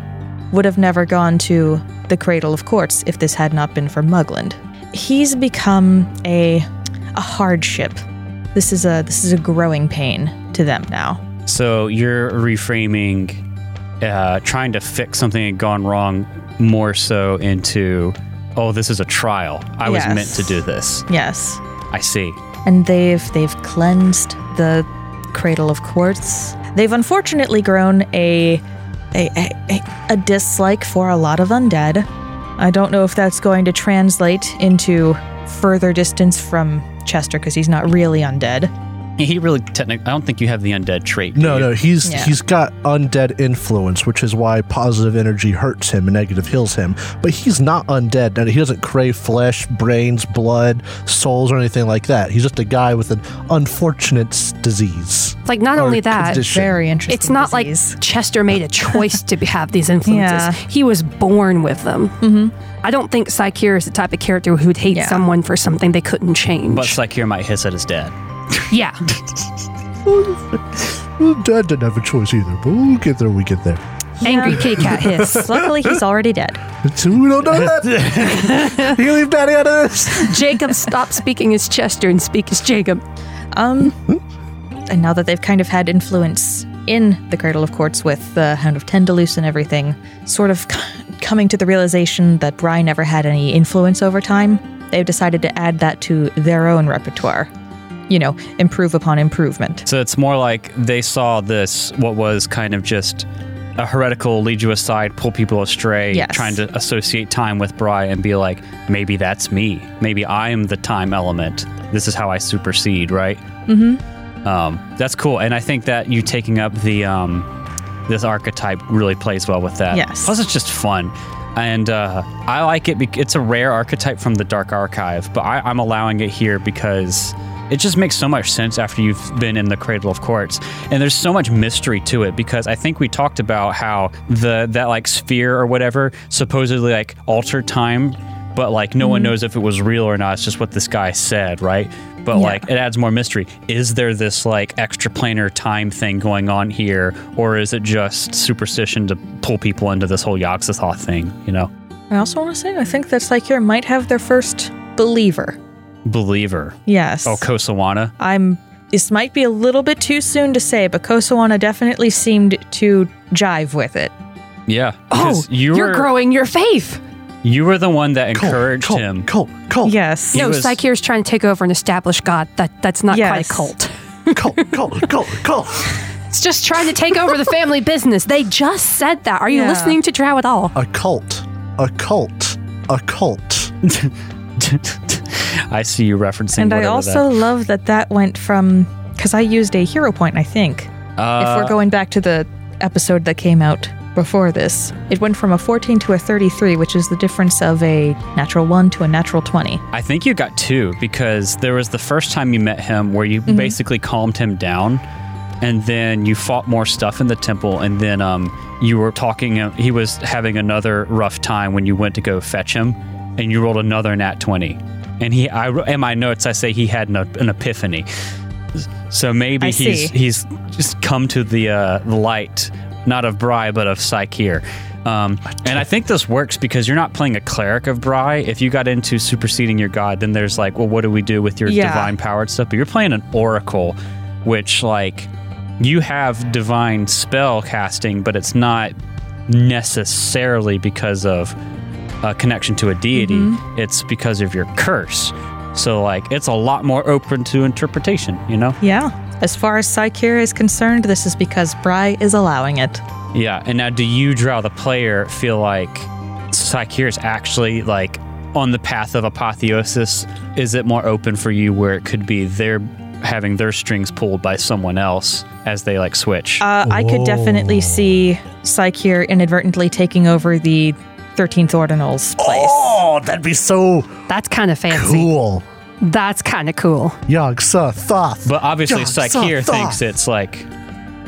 Would have never gone to the Cradle of Courts if this had not been for Mugland. He's become a a hardship this is a this is a growing pain to them now.
So you're reframing, uh, trying to fix something that had gone wrong, more so into, oh, this is a trial. I was
Yes.
meant to do this.
Yes.
I see.
And they've they've cleansed the cradle of quartz. They've unfortunately grown a a, a, a- a dislike for a lot of undead. I don't know if that's going to translate into further distance from Chester because he's not really undead.
He really technically. I don't think you have the undead trait. do
No,
you?
no, he's
Yeah.
he's got undead influence, which is why positive energy hurts him and negative heals him. But he's not undead, and he doesn't crave flesh, brains, blood, souls, or anything like that. He's just a guy with an unfortunate s- disease.
It's like not
or
only that,
condition.
Very interesting.
it's not
disease.
like Chester made a choice to be, have these influences.
Yeah.
He was born with them. Mm-hmm. I don't think Psycheer is the type of character who'd hate
Yeah.
someone for something they couldn't change.
But Psycheer might hiss at his dad.
yeah.
Well, Dad didn't have a choice either, but we'll get there. when We get there.
Angry kitty cat hiss.
Luckily, he's already dead.
So we don't know that. you leave Daddy out of this.
Jacob, stop speaking as Chester and speak as Jacob.
Um, and now that they've kind of had influence in the Cradle of Quartz with the Hound of Tendalus and everything, sort of c- coming to the realization that Bry never had any influence over time, they've decided to add that to their own repertoire. You know, improve upon improvement.
So it's more like they saw this, what was kind of just a heretical lead you aside, pull people astray,
Yes.
trying to associate time with Bry and be like, maybe that's me. Maybe I am the time element. This is how I supersede, right? Mm-hmm. Um, that's cool. And I think that you taking up the um, this archetype really plays well with that.
Yes.
Plus, it's just fun. And uh, I like it. Bec- it's a rare archetype from the Dark Archive, but I, I'm allowing it here because it just makes so much sense after you've been in the Cradle of Quartz. And there's so much mystery to it because I think we talked about how the that like sphere or whatever supposedly like altered time, but like no one knows if it was real or not. It's just what this guy said, right? But
Yeah.
like it adds more mystery. Is there this like extraplanar time thing going on here, or is it just superstition to pull people into this whole Yogg-Sothoth thing? You know,
I also want to say, I think that Psycheer might have their first believer.
believer.
Yes.
Oh, Kosawana.
I'm. This might be a little bit too soon to say, but Kosawana definitely seemed to jive with it.
Yeah.
Oh,
because
you are
were,
growing your faith.
You were the one that encouraged
Colt,
him.
Colt, Colt,
Yes.
No,
was-
Psycheer's trying to take over and establish God. That that's not
Yes.
quite a cult.
Colt, Colt, Colt, Colt.
It's just trying to take over the family business. They just said that. Are you
Yeah.
listening to Drow at all?
A cult, a cult, a cult.
I see you referencing.
And I
whatever
also love that that went from because I used a hero point, I think.
that- Uh,
if we're going back to the episode that came out before this, it went from a 14 to a 33, which is the difference of a natural 1 to a natural 20.
I think you got two because there was the first time you met him where
Mm-hmm.
you basically calmed him down, and then you fought more stuff in the temple, and then um, you were talking. uh, He was having another rough time when you went to go fetch him, and you rolled another nat twenty. And he, I in my notes, I say he had an, an epiphany. So maybe
I see.
he's he's just come to the uh, the light, not of Bry, but of Psycheer. Um, and I think this works because you're not playing a cleric of Bry. If you got into superseding your god, then there's like, well, what do we do with your
Yeah.
divine power and stuff? But you're playing an oracle, which like you have divine spell casting, but it's not necessarily because of a connection to a deity. It's because of your curse. So like, it's a lot more open to interpretation. You know.
Yeah. As far as Psycheer is concerned, this is because Bry is allowing it.
Yeah, and now do you draw the player feel like Psycheer is actually like on the path of apotheosis? Is it more open for you where it could be they're having their strings pulled by someone else as they like switch?
Uh, I could definitely see Psycheer inadvertently taking over the 13th Ordinal's place.
Oh, that'd be so
That's kind of fancy.
cool.
That's kind of cool.
Yog Sa Thoth.
but obviously
Yeah,
Psycheer
so
thinks
thought.
it's like,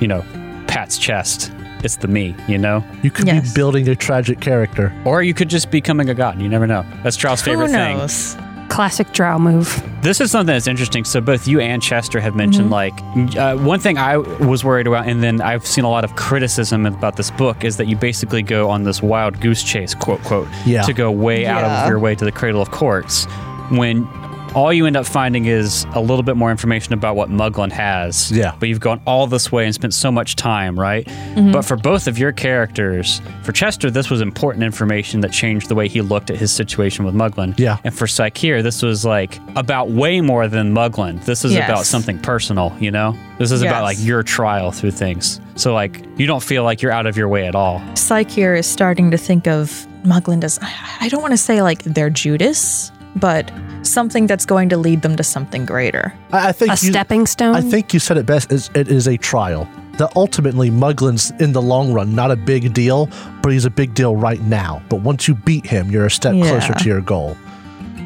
you know, Pat's chest. It's the me, you know?
You could
Yes.
be building a tragic character.
Or you could just be coming a god. You never know. That's Charles'
Who
favorite thing.
knows?
Classic Drow move.
This is something that's interesting. So both you and Chester have mentioned
Mm-hmm.
like uh, one thing I was worried about, and then I've seen a lot of criticism about this book is that you basically go on this wild goose chase, quote quote,
Yeah.
to go way out
Yeah.
of your way to the cradle of courts when all you end up finding is a little bit more information about what Muglin has.
Yeah.
But you've gone all this way and spent so much time, right?
Mm-hmm.
But for both of your characters, for Chester, this was important information that changed the way he looked at his situation with Muglin.
Yeah.
And for Psycheer, this was like about way more than Muglin. This is
Yes.
about something personal, you know? This is about
Yes.
like your trial through things. So, like, you don't feel like you're out of your way at all.
Psyche here is starting to think of Mugland as I don't want to say like their Judas, but something that's going to lead them to something greater.
I, I think
A stepping stone?
I think you said it best. Is it is a trial that ultimately Muglin's in the long run not a big deal, but he's a big deal right now. But once you beat him, you're a step
Yeah.
closer to your goal.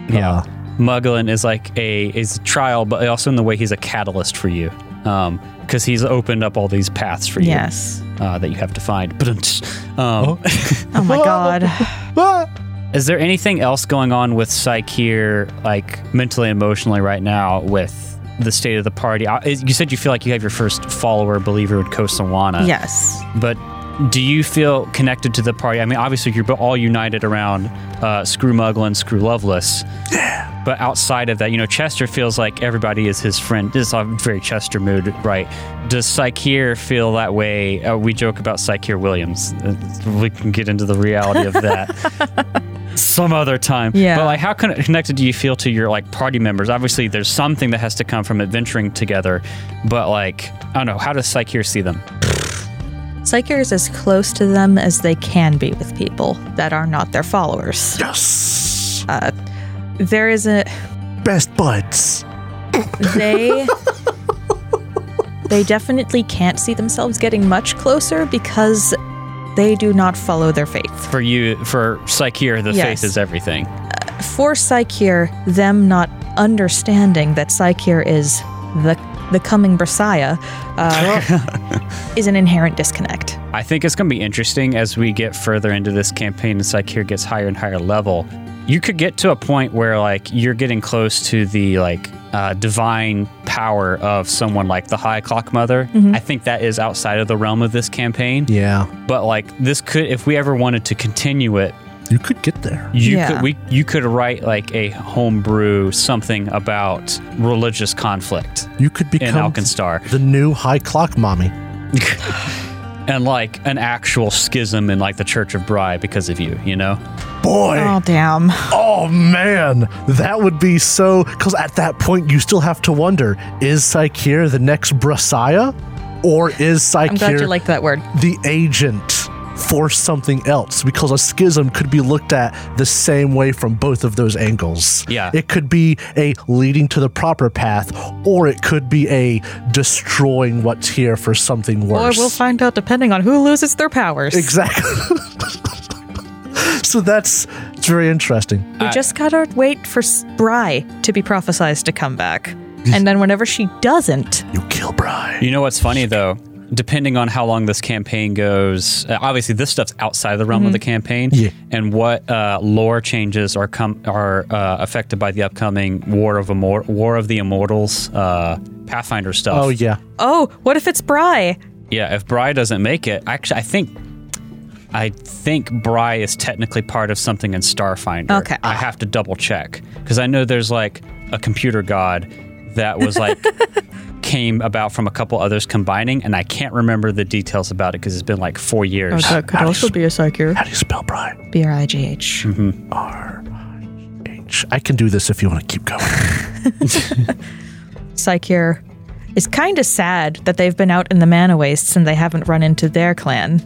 Yeah. Muglin is like a is a trial, but also in the way he's a catalyst for you, because he's opened up all these paths for you
Yes.
uh, that you have to find. But um,
Oh my god.
Ah!
is there anything else going on with Psyche here, like mentally, emotionally, right now with the state of the party? I, is- you said you feel like you have your first follower, believer, in Kosawana.
Yes.
But do you feel connected to the party? I mean, obviously you're all united around uh, Screw Muglin, Screw Loveless. But outside of that, you know, Chester feels like everybody is his friend. This is a very Chester mood, right? Does Psycheer feel that way? Uh, we joke about Psycheer Williams. Uh, We can get into the reality of that some other time.
Yeah.
But like, how con- connected do you feel to your like party members? Obviously, there's something that has to come from adventuring together. But like, I don't know. How does Psycheer see them?
Psyche is as close to them as they can be with people that are not their followers.
Yes,
There is a
best buds.
they they definitely can't see themselves getting much closer because they do not follow their faith.
for you for Psycheer, the
Yes.
faith is everything.
For Psycheer, them not understanding that Psycheer is the the coming Messiah uh, is an inherent disconnect.
I think it's going to be interesting as we get further into this campaign and Psycheer gets higher and higher level. You could get to a point where like you're getting close to the like uh, divine power of someone like the High Clock Mother.
Mm-hmm.
I think that is outside of the realm of this campaign.
Yeah,
But like this could, if we ever wanted to continue it,
you could get there.
you
Yeah.
could we you could write like a homebrew something about religious conflict
You could
in
become
Alkenstar.
the new high clock mommy.
and like an actual schism in like the Church of Bry because of you, you know?
Boy,
Oh damn!
Oh man, that would be so. Because at that point, you still have to wonder: Is Psycheer the next Brasaya, or is
I'm glad you
Psycheer
liked that word.
the agent for something else? Because a schism could be looked at the same way from both of those angles.
Yeah.
it could be a leading to the proper path, or it could be a destroying what's here for something
Or
worse.
we'll find out depending on who loses their powers.
exactly. so that's it's very interesting.
We just gotta wait for S- Bry to be prophesized to come back. And then whenever she doesn't,
You kill Bry.
You know what's funny though? Depending on how long this campaign goes, uh, obviously this stuff's outside the realm of the campaign,
Mm-hmm. Yeah.
and what uh, lore changes are com- are uh, affected by the upcoming War of Immor- War of the Immortals uh, Pathfinder stuff.
Oh yeah.
oh, what if it's Bry?
Yeah, if Bry doesn't make it, actually, I think, I think Bry is technically part of something in Starfinder.
Okay.
I have to double check because I know there's like a computer god that was like came about from a couple others combining, and I can't remember the details about it because it's been like four years.
could also be a Mm-hmm. psychic.
How do you spell Bry?
B R I G H.
Sh- I can do this if you want to keep going.
Psychier is kind of sad that they've been out in the Mana Wastes and they haven't run into their clan.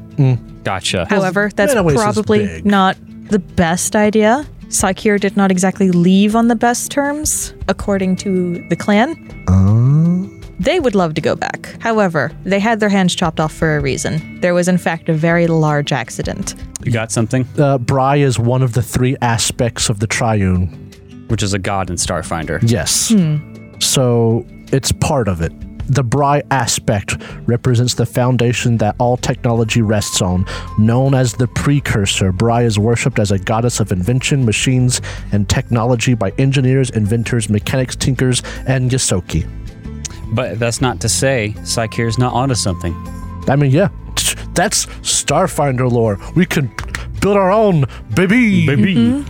Gotcha.
However, that's
Mana Waste is
probably
big.
not the best idea. Psychier did not exactly leave on the best terms, according to the clan.
Oh.
They would love to go back. However, they had their hands chopped off for a reason. There was, in fact, a very large accident.
you got something,
Uh, Bry is one of the three aspects of the triune.
which is a god in Starfinder.
Yes. So it's part of it. The Bry aspect represents the foundation that all technology rests on. Known as the precursor, Bry is worshipped as a goddess of invention, machines, and technology by engineers, inventors, mechanics, tinkers, and Yosoki.
But that's not to say Psycheer's not onto something.
I mean, yeah,
Mm-hmm.
that's Starfinder lore. We can build our own, baby.
Baby.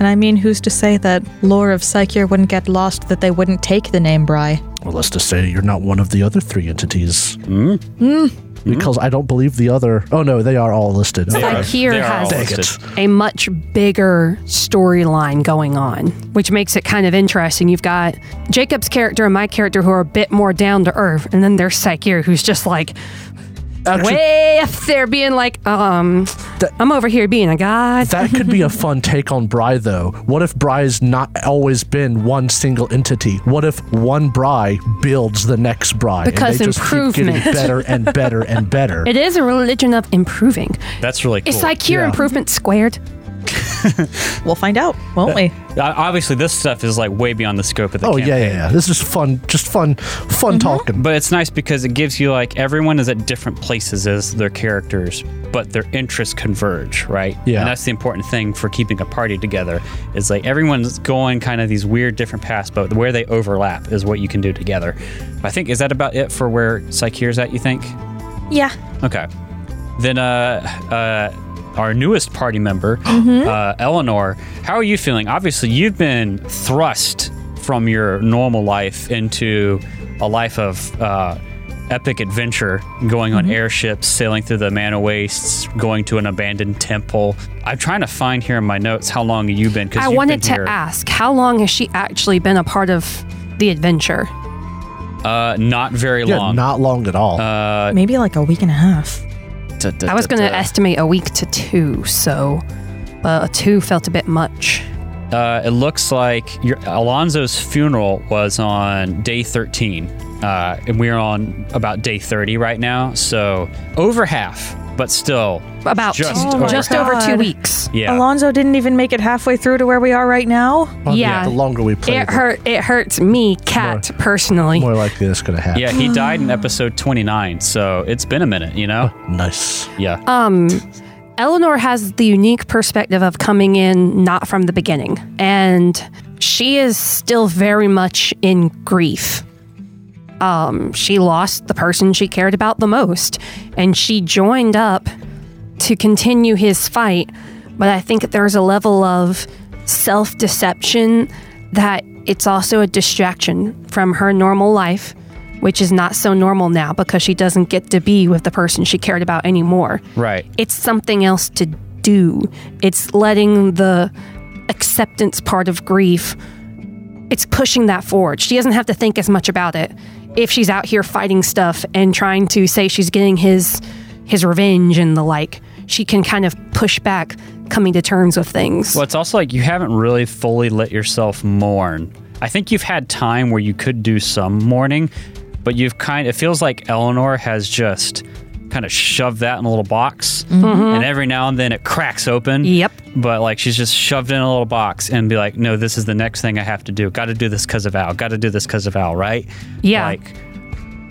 And I mean, who's to say that lore of Psycheer wouldn't get lost that they wouldn't take the name Bry?
Well, let's just say you're not one of the other three entities.
Hmm?
Hmm?
Because I don't believe the other. Oh, no, they are all listed. Oh,
They are-
Psycheer
they are
has-
all
Dang
it.
listed.
a much bigger storyline going on, which makes it kind of interesting. You've got Jacob's character and my character who are a bit more down to earth, and then there's Psycheer who's just like
Actually,
way up there being like, um, I'm over here being a god.
that could be a fun take on Bry, though. What if Bry has not always been one single entity? What if one Bry builds the next Bry? and
Because
they just keep
improvement.
getting better and better and better.
it is a religion of improving.
That's really cool.
It's like here
Yeah.
improvement squared.
We'll find out,
Uh,
won't we?
O- obviously this stuff is like way beyond the scope of the
oh,
campaign.
yeah, yeah, yeah. This is fun. Just fun,
Mm-hmm.
fun talking.
But it's nice because it gives you like everyone is at different places as their characters, but their interests converge, right?
Yeah.
And that's the important thing for keeping a party together. Is like everyone's going kind of these weird different paths, but where they overlap is what you can do together. I think is that about it for where Psycheer's at, you think?
Yeah.
Okay. Then uh uh our newest party member,
Mm-hmm.
uh, Eleanor, how are you feeling? Obviously, you've been thrust from your normal life into a life of uh, epic adventure, going
Mm-hmm.
on airships, sailing through the mana wastes, going to an abandoned temple. I'm trying to find here in my notes how long you've been. 'cause
I
you've been
wanted to
here,
ask, how long has she actually been a part of the adventure?
Uh, not very
Yeah,
long. Uh,
not long at all.
Maybe like a week and a half.
I was going to estimate a week to two, so but a two felt a bit much.
Uh, it looks like your, Alonzo's funeral was on day 13, uh, and we're on about day 30 right now. So over half, but still
About
Just
just,
Oh my
just
God.
over two weeks.
yeah.
Alonzo didn't even make it halfway through to where we are right now.
Well,
yeah.
The longer we play,
It
the
hurt. It hurts me, Kat, personally.
more likely it's going to happen.
yeah, he died in episode 29, so it's been a minute, you know?
Uh, Nice.
Yeah.
Eleanor has the unique perspective of coming in not from the beginning, and she is still very much in grief. Um, she lost the person she cared about the most, and she joined up to continue his fight. But I think there's a level of self deception that it's also a distraction from her normal life, which is not so normal now because she doesn't get to be with the person she cared about anymore
right.
it's something else to do. It's letting the acceptance part of grief, it's pushing that forward. She doesn't have to think as much about it if she's out here fighting stuff and trying to say she's getting his his revenge and the like. She can kind of push back, coming to terms with things.
Well, it's also like you haven't really fully let yourself mourn. I think you've had time where you could do some mourning, but you've kind it feels like Eleanor has just kind of shoved that in a little box and every now and then it cracks open.
Yep.
But like she's just shoved in a little box and be like, "No, this is the next thing I have to do. Got to do this cuz of Al. Got to do this cuz of Al," right?
Yeah.
Like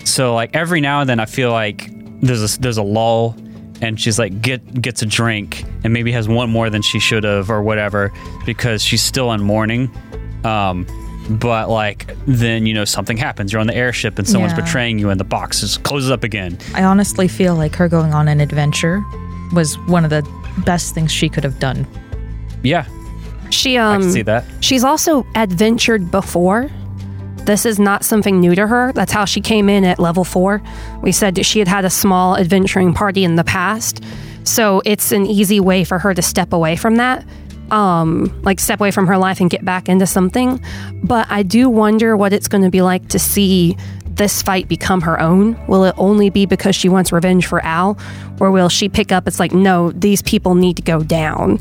so like every now and then I feel like there's a, there's a lull and she's like get gets a drink and maybe has one more than she should have or whatever because she's still in mourning. Um but like then you know something happens. You're on the airship and someone's
Yeah.
betraying you and the box just closes up again.
I honestly feel like her going on an adventure was one of the best things she could have done.
Yeah.
She
I
um
can see that.
She's also adventured before. This is not something new to her. That's how she came in at level four. We said that she had had a small adventuring party in the past. So it's an easy way for her to step away from that, um, like step away from her life and get back into something. But I do wonder what it's going to be like to see this fight become her own. Will it only be because she wants revenge for Al, or will she pick up? It's like, no, these people need to go down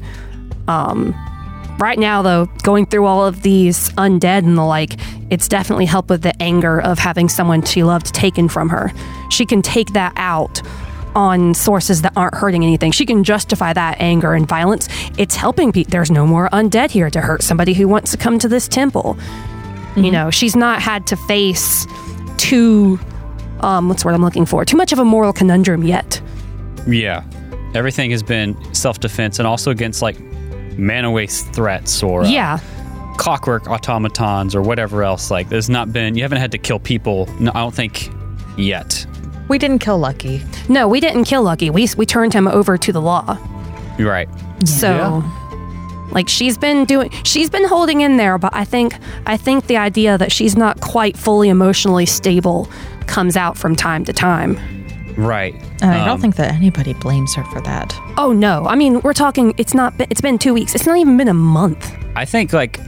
right now though going through all of these undead and the like it's definitely helped with the anger of having someone she loved taken from her she can take that out on sources that aren't hurting anything she can justify that anger and violence it's helping people there's no more undead here to hurt somebody who wants to come to this temple you know she's not had to face too um what's the word i'm looking for too much of a moral conundrum yet
Yeah. Everything has been self-defense and also against like mana waste threats or uh,
yeah
clockwork automatons or whatever else like there's not been you haven't had to kill people no, i don't think yet
We didn't kill Lucky.
no we didn't kill lucky we, we turned him over to the law
you're right
So Like she's been doing she's been holding in there, but I think I think the idea that she's not quite fully emotionally stable comes out from time to time.
Right.
And I
Um,
don't think that anybody blames her for that.
Oh no. I mean, we're talking it's not been, it's been 2 weeks. It's not even been a month.
I think like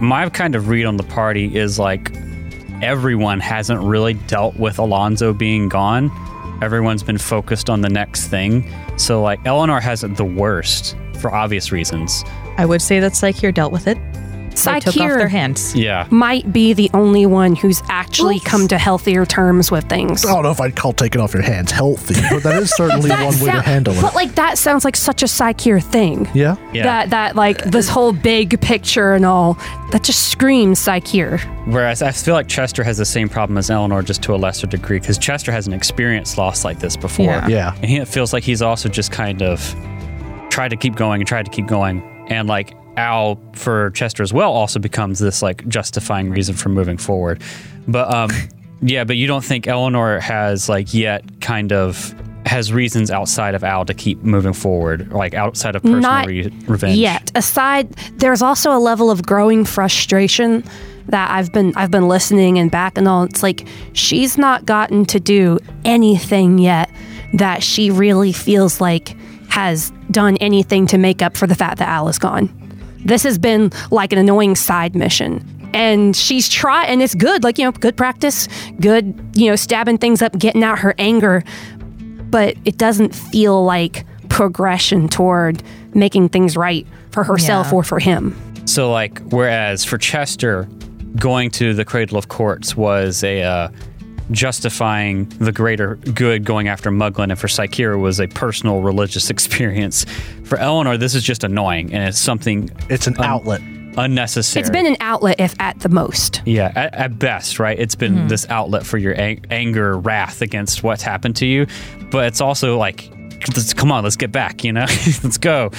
my kind of read on the party is like everyone hasn't really dealt with Alonzo being gone. Everyone's been focused on the next thing. So like Eleanor has it the worst for obvious reasons.
I would say that Psyche dealt with it. They took off
Saikir
their hands.
Yeah.
might be the only one who's actually come to healthier terms with things.
I don't know if I'd call taking off your hands healthy, but that is certainly
That
one way to
sound-
handle it.
But like that sounds like such a Psycheer thing.
yeah.
Yeah.
That that like this whole big picture and all that just screams Psycheer.
Whereas I feel like Chester has the same problem as Eleanor, just to a lesser degree, because Chester hasn't experienced loss like this before.
Yeah.
Yeah.
And he, it feels like he's also just kind of tried to keep going and tried to keep going. And like Al for Chester as well also becomes this like justifying reason for moving forward. But um yeah, but you don't think Eleanor has like yet kind of has reasons outside of Al to keep moving forward, like outside of personal
Not
re- revenge.
Yet, aside, there's also a level of growing frustration that I've been I've been listening and back and all. It's like she's not gotten to do anything yet that she really feels like has done anything to make up for the fact that Al is gone. This has been like an annoying side mission. And she's try and it's good, like, you know, good practice, good, you know, stabbing things up, getting out her anger, but it doesn't feel like progression toward making things right for herself
Yeah.
or for him.
So, like, whereas for Chester, going to the Cradle of Courts was a uh, justifying the greater good going after Muglin, and for Psychira was a personal religious experience. For Eleanor, this is just annoying, and it's something
It's an outlet.
unnecessary.
It's been an outlet, if at the most.
yeah, at, at best, right? It's
Mm-hmm.
been this outlet for your ang- anger, wrath against what's happened to you, but it's also like, let's, come on, let's get back, you know? let's go.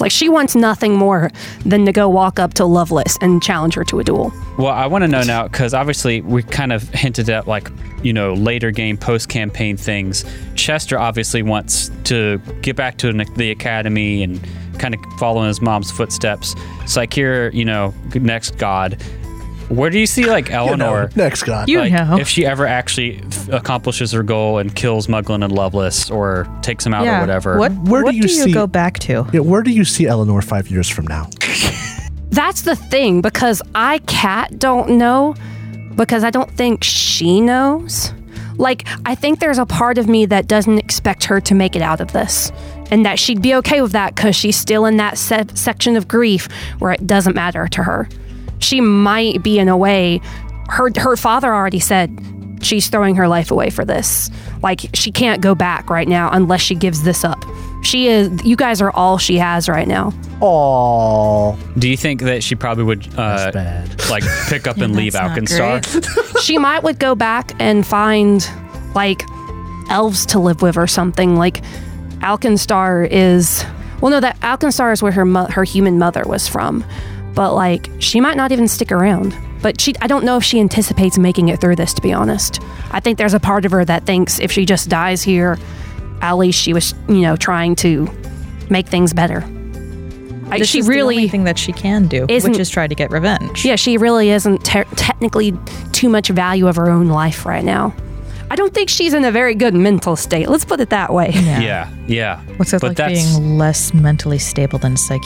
Like she wants nothing more than to go walk up to Lovelace and challenge her to a duel.
Well, I want to know now because obviously we kind of hinted at like you know later game post campaign things. Chester obviously wants to get back to an, the academy and kind of follow in his mom's footsteps. Psychir, you know, next god. Where do you see like
You know,
Eleanor?
next god.
You
like,
know.
if she ever actually f- accomplishes her goal and kills Muglin and Lovelace or takes him out or whatever.
What,
Where do
what
you see-
go back to?
Yeah, where do you see Eleanor five years from now?
That's the thing because I cat don't know because I don't think she knows. Like I think there's a part of me that doesn't expect her to make it out of this and that she'd be okay with that cuz she's still in that se- section of grief where it doesn't matter to her. She might be in a way her her father already said she's throwing her life away for this. Like she can't go back right now unless she gives this up. She is you guys are all she has right now.
Oh,
Do you think that she probably would uh,
bad.
like pick up and leave
that's not
Alkenstar?
she might would go back and find like elves to live with or something like alkenstar is well no that alkenstar is where her mo- her human mother was from but like she might not even stick around but she i don't know if she anticipates making it through this to be honest i think there's a part of her that thinks if she just dies here at least she was you know trying to make things better I,
This
she
is the
really
only thing that she can do,
isn't-
which is try to get revenge.
yeah, she really isn't te- technically too much value of her own life right now. I don't think she's in a very good mental state. Let's put it that way.
Yeah, yeah.
What's it
but
like
that's,
being less mentally stable than Psyche?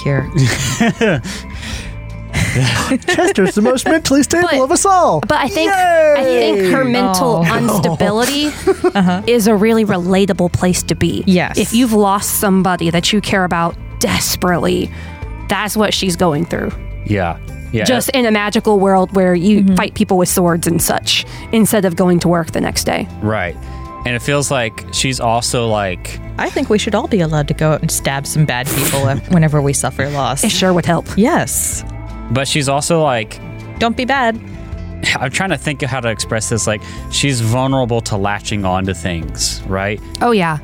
Chester's the most mentally stable
But-
of us all.
But I think I think her mental
No. Uh-huh.
instability is a really relatable place to be.
Yes.
If you've lost somebody that you care about desperately, that's what she's going through.
Yeah. Yeah.
Just in a magical world where you
Mm-hmm.
fight people with swords and such instead of going to work the next day.
right. And it feels like she's also like
I think we should all be allowed to go out and stab some bad people if- whenever we suffer loss.
It sure would help.
Yes.
but she's also like
Don't be bad.
I'm trying to think of how to express this like she's vulnerable to latching onto things, right?
Oh, yeah.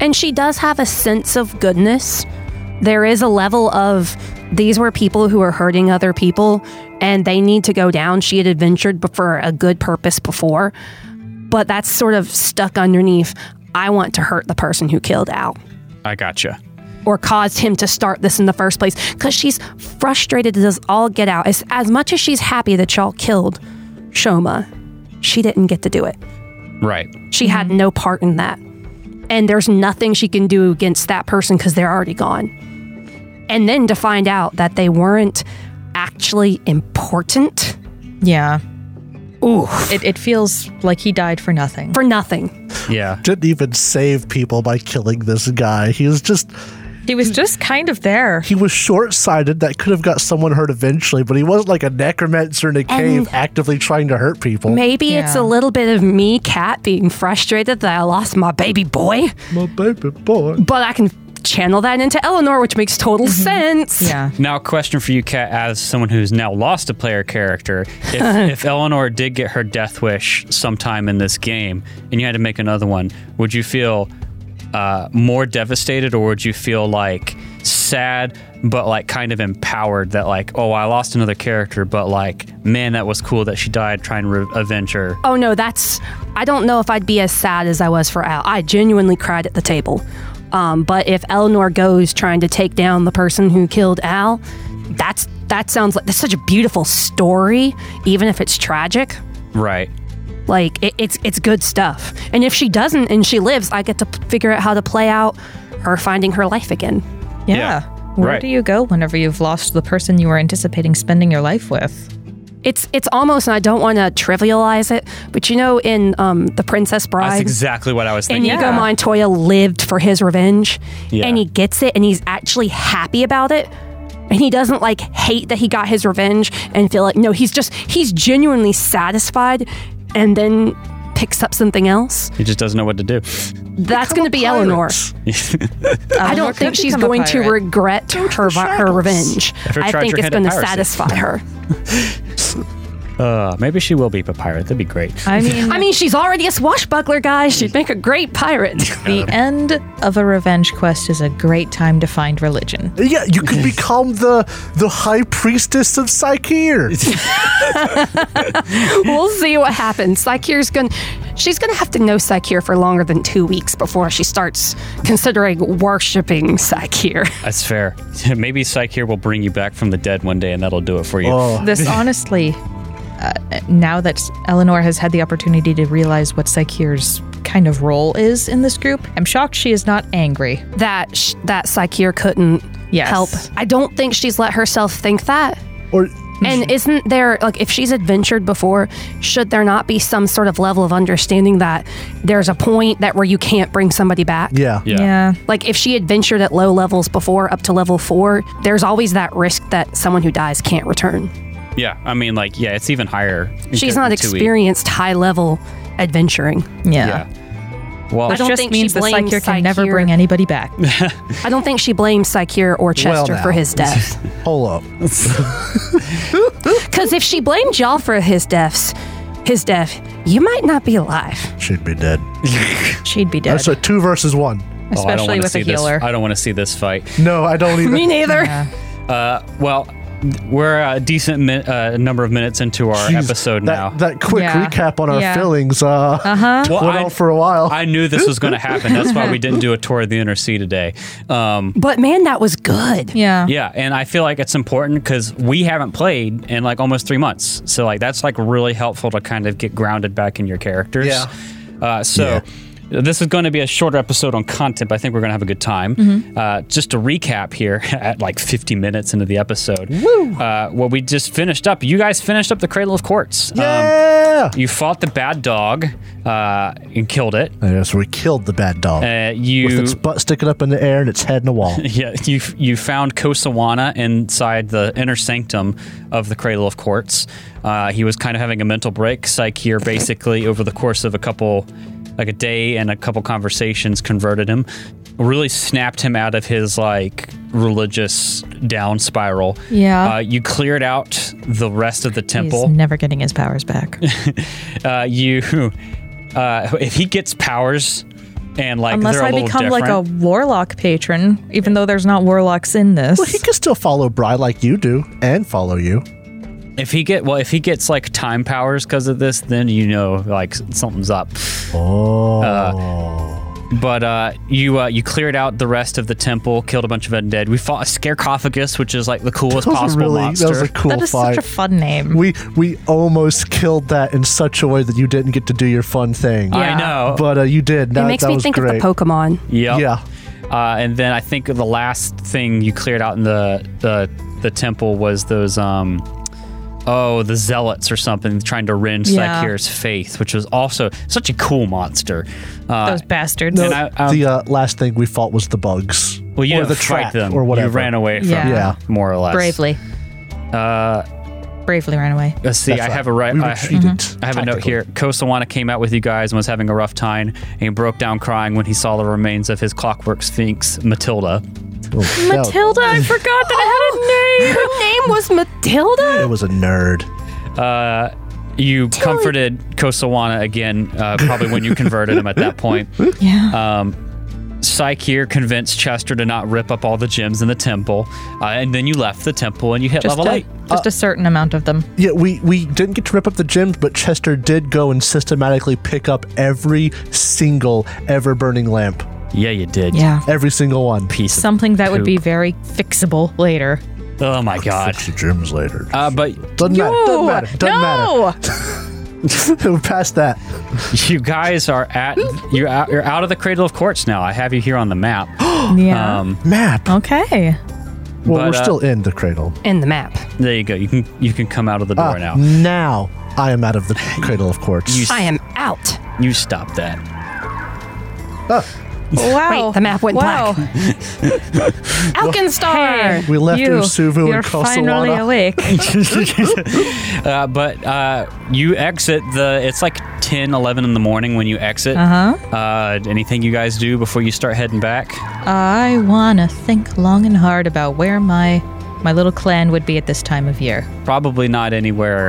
And she does have a sense of goodness. There is a level of these were people who are hurting other people and they need to go down. She had adventured bef- for a good purpose before, but that's sort of stuck underneath. I want to hurt the person who killed Al.
I gotcha.
or caused him to start this in the first place because she's frustrated as all get out. As, as much as she's happy that y'all killed Shoma, she didn't get to do it.
Right.
She
Mm-hmm.
had no part in that. And there's nothing she can do against that person because they're already gone. And then to find out that they weren't actually important
Yeah. Ooh. It, it feels like he died for nothing.
for nothing.
Yeah.
Didn't even save people by killing this guy. He was just,
He was just kind of there.
he was short sighted. That could have got someone hurt eventually, but he wasn't like a necromancer in a cave actively trying to hurt people.
Maybe it's a
Yeah.
little bit of me, Cat, being frustrated that I lost my baby boy,
My baby boy.
but I can channel that into Eleanor, which makes total sense.
Mm-hmm. Yeah.
Now, a question for you, Kat, as someone who's now lost a player character. If, if Eleanor did get her death wish sometime in this game and you had to make another one, would you feel uh, more devastated or would you feel like sad but like kind of empowered that, like, oh, I lost another character, but like, man, that was cool that she died trying to re- avenge her?
Oh no, that's. I don't know if I'd be as sad as I was for Al. I genuinely cried at the table. Um, but if Eleanor goes trying to take down the person who killed Al, that's that sounds like that's such a beautiful story, even if it's tragic.
Right.
Like it, it's it's good stuff. And if she doesn't and she lives, I get to p- figure out how to play out her finding her life again.
Yeah.
Yeah.
Where
Right.
do you go whenever you've lost the person you were anticipating spending your life with?
It's it's almost, and I don't want to trivialize it, but you know, in um, the Princess Bride,
That's exactly what I was
And
thinking.
Inigo
Yeah.
Montoya lived for his revenge,
Yeah.
and he gets it, and he's actually happy about it. And he doesn't like hate that he got his revenge and feel like, no, he's just, he's genuinely satisfied and then picks up something else.
He just doesn't know what to do.
That's going to be Eleanor. I don't think she's
become a
going to
pirate.
regret her, her revenge.
Ever
I
tried
think
your
it's
hand
going
at
to
piracy?
satisfy her.
Uh, maybe she will be a pirate. That'd be great.
I mean,
I mean, she's already a swashbuckler, guys. She'd make a great pirate.
the end of a revenge quest is a great time to find religion.
Yeah, you could become the the high priestess of Psycheer.
we'll see what happens. Psycheer's gonna she's gonna have to know Psycheer for longer than two weeks before she starts considering worshiping Psycheer.
That's fair. Maybe Psyche here will bring you back from the dead one day, and that'll do it for you.
Oh.
This honestly, uh, now that Eleanor has had the opportunity to realize what Psycheer's kind of role is in this group, I'm shocked she is not angry.
That sh- that Psycheer couldn't
Yes.
help. I don't think she's let herself think that.
Or
And isn't there like if she's adventured before, should there not be some sort of level of understanding that there's a point that where you can't bring somebody back?
yeah.
Yeah.
Like if she adventured at low levels before up to level 4, there's always that risk that someone who dies can't return.
Yeah, I mean, like, yeah, it's even higher. in
She's
co-
not
two weeks.
experienced high level adventuring.
Yeah.
Yeah. Well,
I don't
It just
think
means
she
the
blames
Psycheer can never
Psycheer.
bring anybody back.
I don't think she blames Psycheer or Chester
now.
for his death.
Hold up.
Because if she blamed y'all for his deaths, his death, you might not be alive.
She'd be dead.
She'd be dead.
That's a two versus one.
oh, I don't
especially
wanna
with a
see this-
healer.
I don't want to see this fight.
No, I don't even.
neither.
Uh, well, th- we're a decent min- uh, number of minutes into our
Jeez,
episode
that,
now.
That quick
Yeah.
recap on our
Yeah. Uh-huh.
feelings uh,
Well,
went
I-
on for a while.
I knew this was going to happen. That's why we didn't do a tour of the inner sea today. Um,
But man, that was good.
yeah.
Yeah, and I feel like it's important because we haven't played in like almost three months, so like that's like really helpful to kind of get grounded back in your characters.
Yeah.
Uh, so. This is going to be a shorter episode on content, but I think we're going to have a good time.
Mm-hmm.
Uh, just to recap here, at like 50 minutes into the episode, Woo! Uh, what we just finished up, you guys finished up the Cradle of Courts. Um,
yeah.
you fought the bad dog uh, and killed it.
Yes, we killed the bad dog
Uh, you
with its butt sticking up in the air and its head in a wall.
Yeah, you you found Kosawana inside the inner sanctum of the Cradle of Quartz. Uh, he was kind of having a mental break. Psyche here basically over the course of a couple, like a day and a couple conversations, converted him. Really snapped him out of his like religious down spiral.
Yeah.
uh, you cleared out the rest of the
He's
temple.
never getting his powers back.
Uh, you, uh, if he gets powers, and like
Unless
they're a
I
little
become
different,
like a warlock patron, even though there's not warlocks in this.
He can still follow Bry like you do and follow you.
If he get well, if he gets like time powers because of this, then you know like something's up. Oh. But uh, you uh, you cleared out the rest of the temple, killed a bunch of undead. We fought a scarcophagus, which is like the coolest
That was
possible
really-
monster.
That was a cool
that is
fight.
such a fun name.
we we almost killed that in such a way that you didn't get to do your fun thing.
Yeah.
I know.
But uh, you did.
It
That,
makes
that
me
was
think
great.
of the Pokemon.
Yep.
Yeah.
Uh, and then I think the last thing you cleared out in the the, the temple was those um oh the zealots or something trying to rend
Yeah.
Sakhir's faith, which was also such a cool monster. Uh,
Those bastards.
and I, I,
the uh, last thing we fought was the bugs.
Um, well, you
or
didn't
the
fight
trap
them
or whatever.
You ran away from
Yeah.
them,
Yeah.
more or less
Bravely.
Uh,
Bravely ran away.
let's Uh, see,
That's
I
right.
have a right.
We were
I,
cheated,
I have a note
technically.
here. Kosawana came out with you guys and was having a rough time, and he broke down crying when he saw the remains of his clockwork sphinx, Matilda.
Oh, that-
Matilda, I forgot that
Oh.
I had a name.
Her name was Matilda.
It was a nerd.
You comforted Kosawana again, uh, probably when you converted him at that point.
Yeah.
Psycheer convinced Chester to not rip up all the gems in the temple, uh, and then you left the temple and you hit
just
level
a,
eight.
just a certain amount of them.
Yeah, we, we didn't get to rip up the gems, but Chester did go and systematically pick up every single ever burning lamp.
Yeah, you did.
Yeah.
Every single one.
Piece of-
Something that would be
Poop.
very fixable later.
oh my god.
the gems later.
Uh, but
Doesn't matter. Doesn't matter. Doesn't
no.
matter. We're past that.
you guys are at you're out, you're out of the Cradle of Quartz now. I have you here on the map.
Yeah.
Um,
Map.
okay.
well,
but,
we're
uh,
still in the cradle.
In the map.
There you go. You can you can come out of the door
Ah,
now.
I am out of the cradle of quartz.
I am out.
You stop that.
Uh,
Wow.
Wait, the map went
wow.
Alkenstar.
we left
you,
Usuvu
you're
and
finally
Kosawana.
awake.
Uh, but uh, you exit the. It's like 10, 11 in the morning when you exit. Uh-huh. Uh Anything you guys do before you start heading back?
I wanna think long and hard about where my my little clan would be at this time of year.
probably not anywhere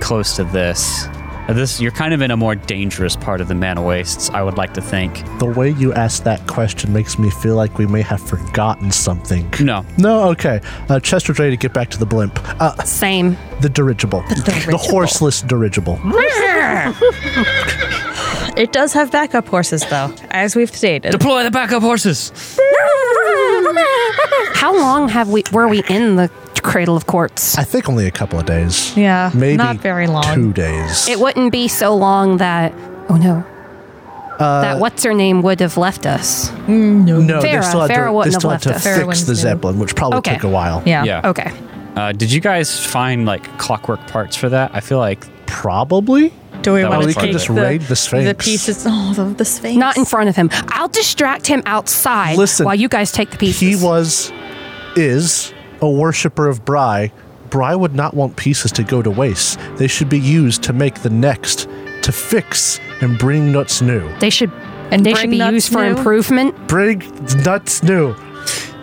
close to this. Uh, This you're kind of in a more dangerous part of the Mana Wastes, I would like to think.
The way you asked that question makes me feel like we may have forgotten something.
No.
No, okay. Uh, Chester's ready to get back to the blimp. Uh,
Same.
the dirigible. The,
dirigible.
horseless dirigible.
It does have backup horses though, as we've stated.
Deploy the backup horses.
How long have we were we in the cradle of quartz?
I think only a couple of days.
Yeah,
Maybe
not very long.
Two days.
It wouldn't be so long that oh no.
Uh,
that what's her name would have left us.
no,
Farrah-
they still had
Farrah
to, they
wouldn't
still had
have
to
left us.
Farrah
fix
wouldn't
the
have.
Zeppelin, which probably
Okay.
took a while.
yeah.
Yeah.
Okay.
Uh, did you guys find like clockwork parts for that? I feel like
Probably.
Do we
That was
want to
we
take
could just
the,
raid the Sphinx.
the pieces? Oh, the, the Sphinx.
Not in front of him. I'll distract him outside
Listen,
while you guys take the pieces.
He was, is a worshiper of Bry. Bry would not want pieces to go to waste. They should be used to make the next, to fix and bring nuts new.
they should
And
they
bring
should be
nuts
used for
new?
improvement.
Bring nuts new.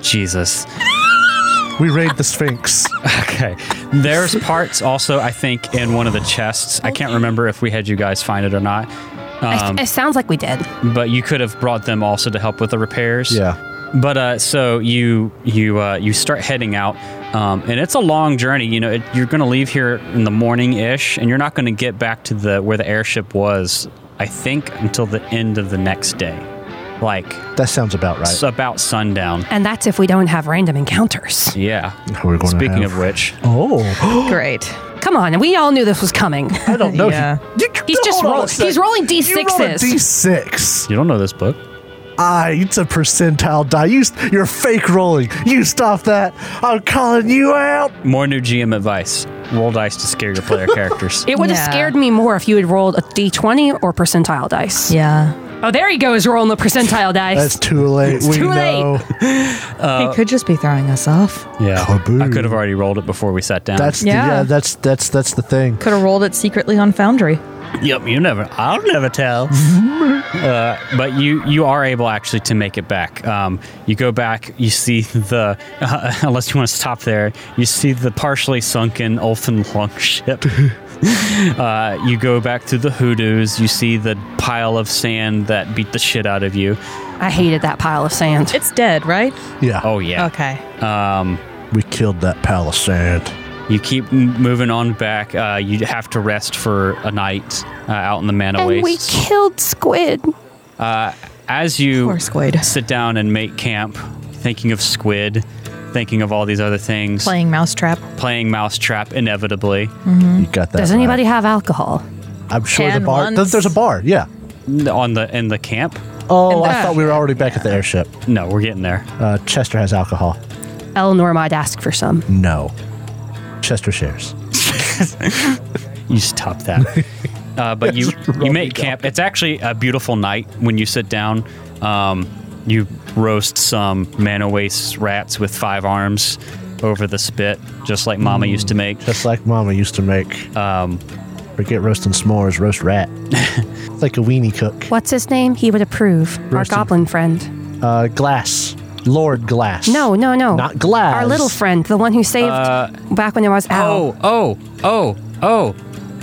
Jesus.
We raid the Sphinx.
Okay. There's parts also I think in one of the chests. I can't remember if we had you guys find it or not.
I- it sounds like we did.
but you could have brought them also to help with the repairs.
Yeah.
But uh, so you you uh, you start heading out, um, and it's a long journey. You know, it, you're going to leave here in the morning ish, and you're not going to get back to the where the airship was. I think until the end of the next day, like
That sounds about right.
it's about sundown.
And that's if we don't have random encounters.
Yeah.
We're gonna
Speaking
have-
of which,
oh,
Great.
Come on, we all knew this was coming.
I don't know.
Yeah.
You-
He's just
hold on a
roll-
sec.
he's rolling
You rolled a
D6s.
D6.
you don't know this book.
I. It's a percentile die. You, you're fake rolling. You stop that. I'm calling you out.
More new GM advice: roll dice to scare your player characters.
It would have
Yeah.
scared me more if you had rolled a d20 or percentile dice.
Yeah.
Oh, there he goes, rolling the percentile dice.
That's too late. we
too late.
know.
Uh,
he could just be throwing us off.
Yeah,
Kaboom.
I could have already rolled it before we sat down.
That's
Yeah.
The, yeah. That's that's that's the thing.
Could have rolled it secretly on Foundry.
Yep, you never. I'll never tell. uh, but you you are able actually to make it back. Um, you go back. You see the unless you want to stop there. You see the partially sunken Olfen Long ship. uh, you go back to the hoodoos. You see the pile of sand that beat the shit out of you.
I hated that pile of sand.
It's dead, right?
Yeah.
Oh yeah.
Okay.
Um,
We killed that palisade.
you keep m- moving on back. Uh, you have to rest for a night uh, out in the Mana
and we
Wastes.
killed Squid.
as you
Poor squid.
sit down and make camp, thinking of squid, thinking of all these other things,
Playing Mm-hmm. mousetrap.
playing mousetrap inevitably.
You got that.
Hmm. Does
right.
anybody have alcohol?
I'm sure the
Can
bar.
once.
Th- there's a bar. Yeah.
on the in the camp.
Oh,
And
I
that-
thought we were already back at the airship.
No, we're getting there.
Uh, Chester has alcohol.
Eleanor might ask for some.
No. Chester shares.
You stop that. uh, but you you make camp. It's actually a beautiful night when you sit down. Um, you roast some manowace rats with five arms over the spit, just like Mama used
Mm.
to make.
Just like Mama used to make. Um, forget roasting s'mores, roast rat. it's like a weenie cook.
What's his name? He would approve.
Roasted.
Our goblin friend.
Uh, glass. Lord Glass.
No, no, no.
Not Uh, glass.
Our little friend, the one who saved back when there was Al.
Oh oh oh oh!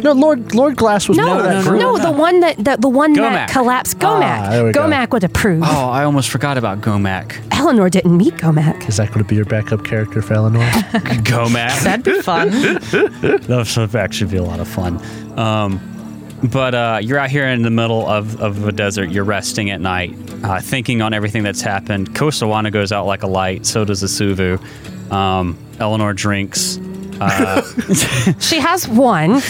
No, Lord Lord Glass was
No,
part of that
no,
group. Ah,
no, the one that the, the one
Gomac.
that collapsed. Gomac.
there we go.
Gomac would approve.
Oh, I almost forgot about Gomac.
Eleanor didn't meet Gomac.
Is that going to be your backup character for Eleanor?
Gomac.
That'd be fun.
that should actually be a lot of fun. Um, but uh, you're out here in the middle of, of a desert. You're resting at night, uh, thinking on everything that's happened. Kosawana goes out like a light. So does the Suvu. Um, Eleanor drinks.
She has one.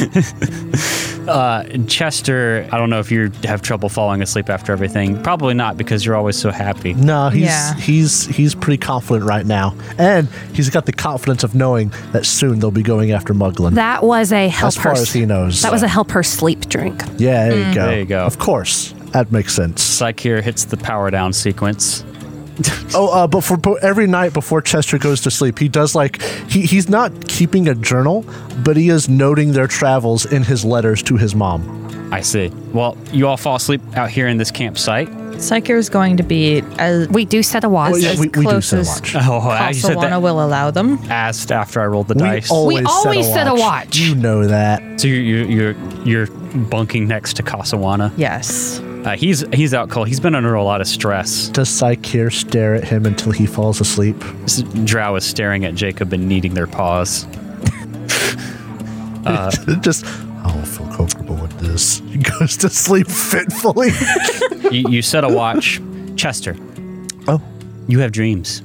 Uh, Chester, I don't know if you have trouble falling asleep after everything. Probably not because you're always so happy.
no, he's
Yeah.
he's he's pretty confident right now, and he's got the confidence of knowing that soon they'll be going after Muglin.
That was a help
As far
her-
as he knows.
That was a help her sleep drink.
yeah, there you go.
Hmm. There you go.
Of course, that makes sense.
Psyche here hits the power down sequence.
Oh, uh, but for but every night before Chester goes to sleep, he does like he, he's not keeping a journal, but he is noting their travels in his letters to his mom.
I see. Well, you all fall asleep out here in this campsite.
Psyche is going to be as,
We do set a watch.
Well, yeah.
We,
As
we do
close
so
as-
much.
Oh, I said
Casawana
that
will allow them.
asked after I rolled the
We
dice.
always,
always
set,
set
a
a
watch.
watch.
You know that.
So you're you're you're, you're bunking next to Casawana.
Yes.
Uh, he's he's out cold. He's been under a lot of stress.
Does Psyche stare at him until he falls asleep?
This Drow is staring at Jacob and kneading their paws.
Just I don't feel comfortable with this. He goes to sleep fitfully.
you, you set a watch, Chester.
oh,
You have dreams.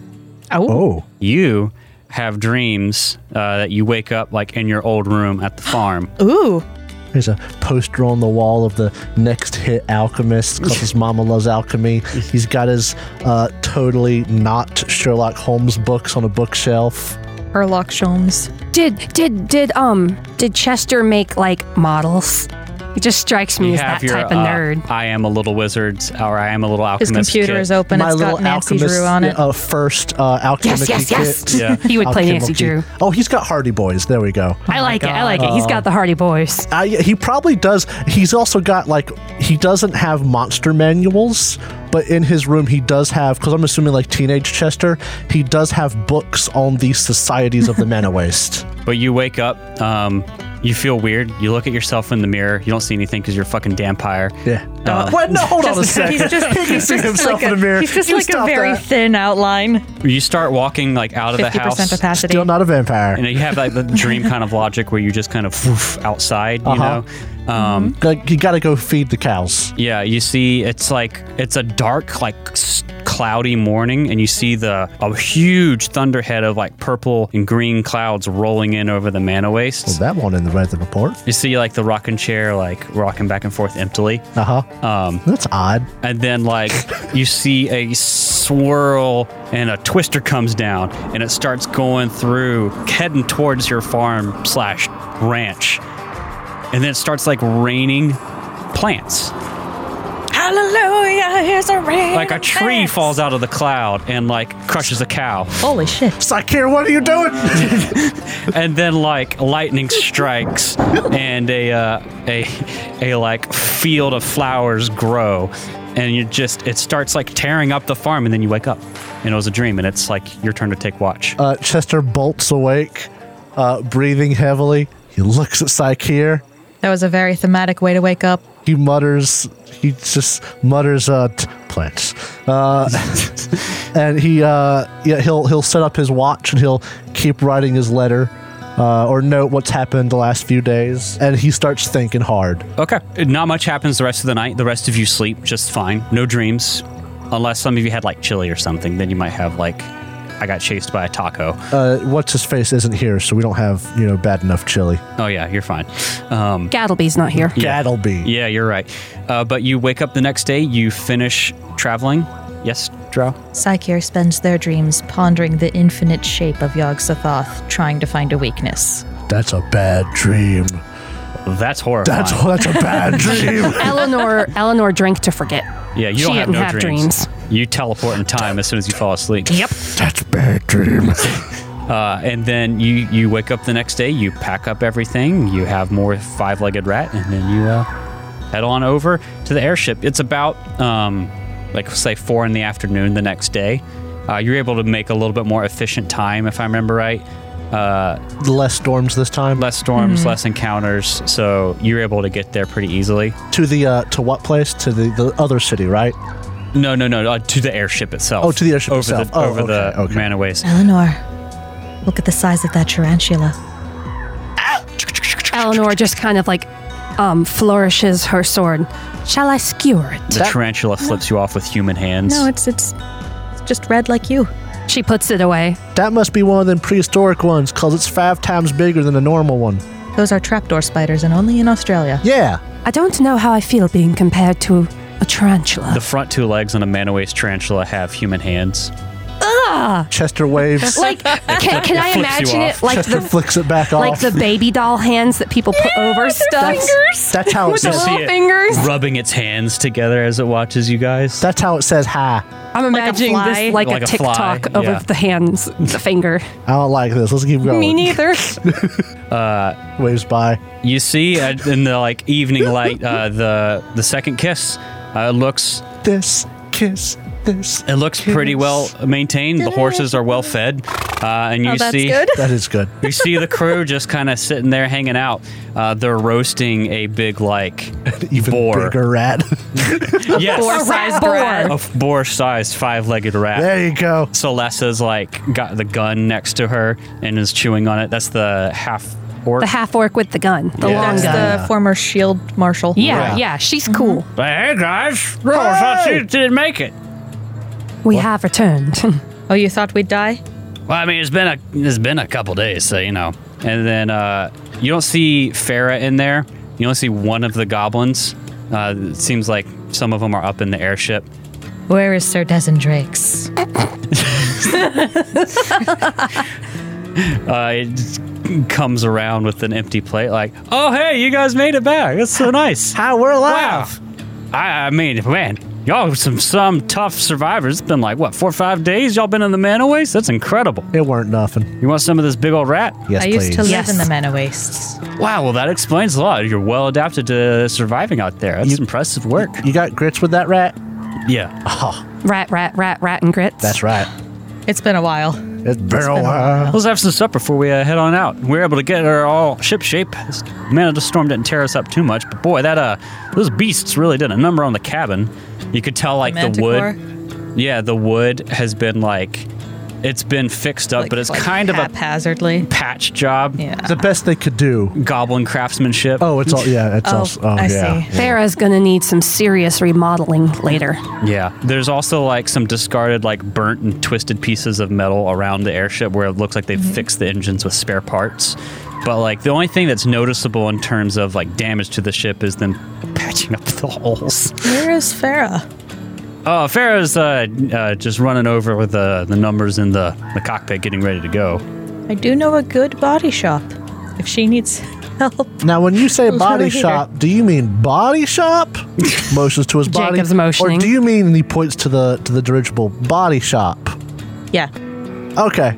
Oh.
oh,
You have dreams uh, that you wake up like in your old room at the farm.
Ooh.
There's a poster on the wall of the next hit alchemist because his mama loves alchemy. He's got his uh, totally not Sherlock Holmes books on a bookshelf.
Herlock Sholmes.
Did did did um did Chester make like models? He just strikes me
You
as
have
that type of
uh,
oh
nerd.
I am a little wizard, or I am a little
His
alchemist.
computer
kit.
is open.
My
it's
little
got Nancy
alchemist
Drew on it.
Uh, first uh, alchemy
Yes, yes, yes.
kit.
Yeah.
He would play
Alchemy
Nancy
kit.
Drew.
Oh, he's got Hardy Boys. There we go.
I like it. I like it. He's got the Hardy Boys.
I, he probably does. He's also got like he doesn't have monster manuals, but in his room he does have because I'm assuming like teenage Chester, he does have books on the societies of the Mana Waste.
But you wake up, um, you feel weird. You look at yourself in the mirror. You don't see anything because you're a fucking vampire.
Yeah. what? No, hold on a second.
He's just, he's
seeing
just
himself
like
in
a,
the mirror.
He's just
You
like a
stop
very
that.
thin outline.
You start walking like out of the
Fifty
house.
percent opacity.
Still not a vampire.
you know, you have like the dream kind of logic where you just kind of woof outside, you
Uh-huh.
know. Um,
Mm-hmm.
Like you gotta go feed the cows.
Yeah, you see, it's like it's a dark, like s- cloudy morning, and you see the a huge thunderhead of like purple and green clouds rolling in over the mana waste.
Well, that one in the weather report.
you see, like the rocking chair, like rocking back and forth emptily,
Uh huh. Um, That's odd.
and then like you see a swirl and a twister comes down, and it starts going through, heading towards your farm slash ranch, and then it starts like raining plants.
Hallelujah! Here's a rain.
like a
of
tree
plants.
falls out of the cloud and like crushes a cow
Holy shit!
Sakir, what are you doing?
and then like lightning strikes and a uh, a a like field of flowers grow and you just it starts like tearing up the farm and then you wake up and it was a dream and it's like your turn to take watch
uh, Chester bolts awake, uh, breathing heavily. He looks at Sakir.
That was a very thematic way to wake up.
He mutters. He just mutters. Uh, t- plants. Uh, and he uh, yeah, he'll he'll set up his watch and he'll keep writing his letter. Uh, or note what's happened the last few days, and he starts thinking hard.
okay not much happens the rest of the night the rest of you sleep just fine no dreams Unless some of you had like chili or something, then you might have like, I got chased by a taco.
Uh, what's his face isn't here, so we don't have you know bad enough chili.
Oh yeah, you're fine. Um,
Gattleby's not here.
That'll be
yeah, you're right. Uh, but you wake up the next day. You finish traveling. Yes, Drow.
Psycheer spends their dreams pondering the infinite shape of Yog Sothoth, trying to find a weakness.
That's a bad dream.
That's horrifying.
That's oh, that's a bad dream.
Eleanor, Eleanor drank to forget.
yeah, you
she
don't have
didn't
no
have
dreams.
dreams.
You teleport in time as soon as you fall asleep.
Yep.
That's a bad dream.
Uh, and then you you wake up the next day. You pack up everything. You have more five-legged rat, and then you uh, head on over to the airship. It's about um, like say four in the afternoon the next day. Uh, you're able to make a little bit more efficient time, if I remember right. Uh,
Less storms this time.
less storms,
Mm-hmm.
less encounters, so you're able to get there pretty easily.
To the uh, to what place? To the, the other city, right?
No, no, no, uh, to the airship itself.
Oh, to the airship
over
itself.
The,
Oh,
over the
okay, okay.
manaways.
Eleanor, look at the size of that tarantula.
Eleanor just kind of like um, flourishes her sword. Shall I skewer it?
The tarantula flips you off with human hands.
No, it's it's, it's just red like you.
She puts it away.
That must be one of them prehistoric ones, cause it's five times bigger than a normal one.
Those are trapdoor spiders, and only in Australia.
Yeah.
I don't know how I feel being compared to a tarantula.
the front two legs on a manaway's tarantula have human hands.
Chester waves.
like, can, can
flips
I
you
imagine
off.
it like
Chester
the
flicks it back off.
like the baby doll hands that people put over stuff?
That's how it
With the
says.
little- fingers.
rubbing its hands together as it watches you guys.
That's how it says hi.
I'm imagining
fly?
this like,
Like
a
a fly,
TikTok of
yeah.
the hands, the finger.
I don't like this. Let's keep going.
Me neither.
Waves by.
you see uh, in the like evening light uh, the the second kiss. Uh, it looks
This kiss. This.
it looks pretty well maintained. The horses are well fed, uh, and you
Oh, that's
see
good.
That is good.
you see the crew just kind of sitting there hanging out. Uh, they're roasting a big like
Even
boar.
bigger rat.
yes,
Rat
boar.
boar.
a boar-sized five-legged rat.
there you go.
So Lessa's like got the gun next to her and is chewing on it. That's the half orc.
The half orc with the gun, the
Yeah.
long
That's
gun.
the former shield marshal.
yeah,
Yeah.
yeah, she's cool.
hey guys, oh, I thought you didn't make it.
We have returned.
Oh, you thought we'd die?
Well, I mean, it's been a it's been a couple days, so you know. And then uh, you don't see Farah in there. You only see one of the goblins. Uh, it seems like some of them are up in the airship.
Where is Sir Desen Drakes?
Uh, it just comes around with an empty plate, like, "Oh, hey, you guys made it back. That's so nice.
Hi, Ah, we're
Wow.
alive.
I, I mean, man, y'all are some some tough survivors. It's been like what four or five days. Y'all been in the manaways. That's incredible.
It weren't nothing.
You want some of this big old rat?
Yes,
I
please.
used to live
Yes.
in the Mana Wastes.
Wow. Well, that explains a lot. You're well adapted to surviving out there. That's
You-
impressive work.
You got grits with that rat?
Yeah.
rat, rat, rat, rat, and grits.
That's right.
It's been a while.
It's been a
a
while.
Let's have some supper before we uh, head on out. We were able to get her all ship shape. This man of the storm didn't tear us up too much, but boy, that uh, those beasts really did a number on the cabin. You could tell like the wood.
Manticore?
Yeah, the wood has been like, it's been fixed up,
Like-
but it's
like
kind of a
haphazardly.
patch job.
Yeah.
The best they could do.
Goblin craftsmanship.
Oh, it's all. Yeah, it's
Oh,
all. Oh,
I
yeah.
see.
Farah's gonna need some serious remodeling later.
Yeah. There's also like some discarded, like burnt and twisted pieces of metal around the airship where it looks like they've fixed the engines with spare parts. But like the only thing that's noticeable in terms of like damage to the ship is them patching up the holes.
Where is Farah?
Oh, Pharaoh's uh, uh, just running over with the, the numbers in the, the cockpit getting ready to go.
I do know a good body shop. If she needs help,
Now, when you say body
right here.
shop, do you mean body shop? motions to his body.
Jacob's motioning.
Or do you mean he points to the to the dirigible body shop?
yeah.
Okay.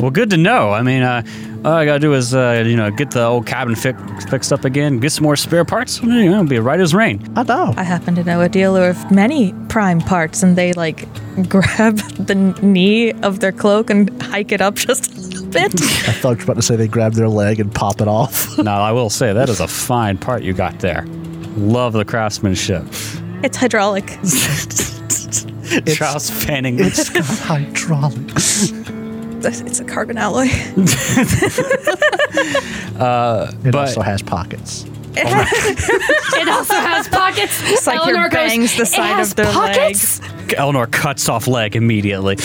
Well, good to know. I mean, uh, all I gotta do is, uh, you know, get the old cabin fi- fixed up again, get some more spare parts, and you know, it'll be right as rain.
I know.
I happen to know a dealer of many prime parts, and they like grab the knee of their cloak and hike it up just a little bit.
I thought you were about to say they grab their leg and pop it off.
now, I will say that is a fine part you got there. Love the craftsmanship.
it's hydraulic.
Charles Fanning.
it's got hydraulics.
It's a carbon alloy.
It
But-
also has pockets.
It also has pockets.
It's like your bangs the
it
side
has
of their
pockets.
Eleanor cuts off leg immediately.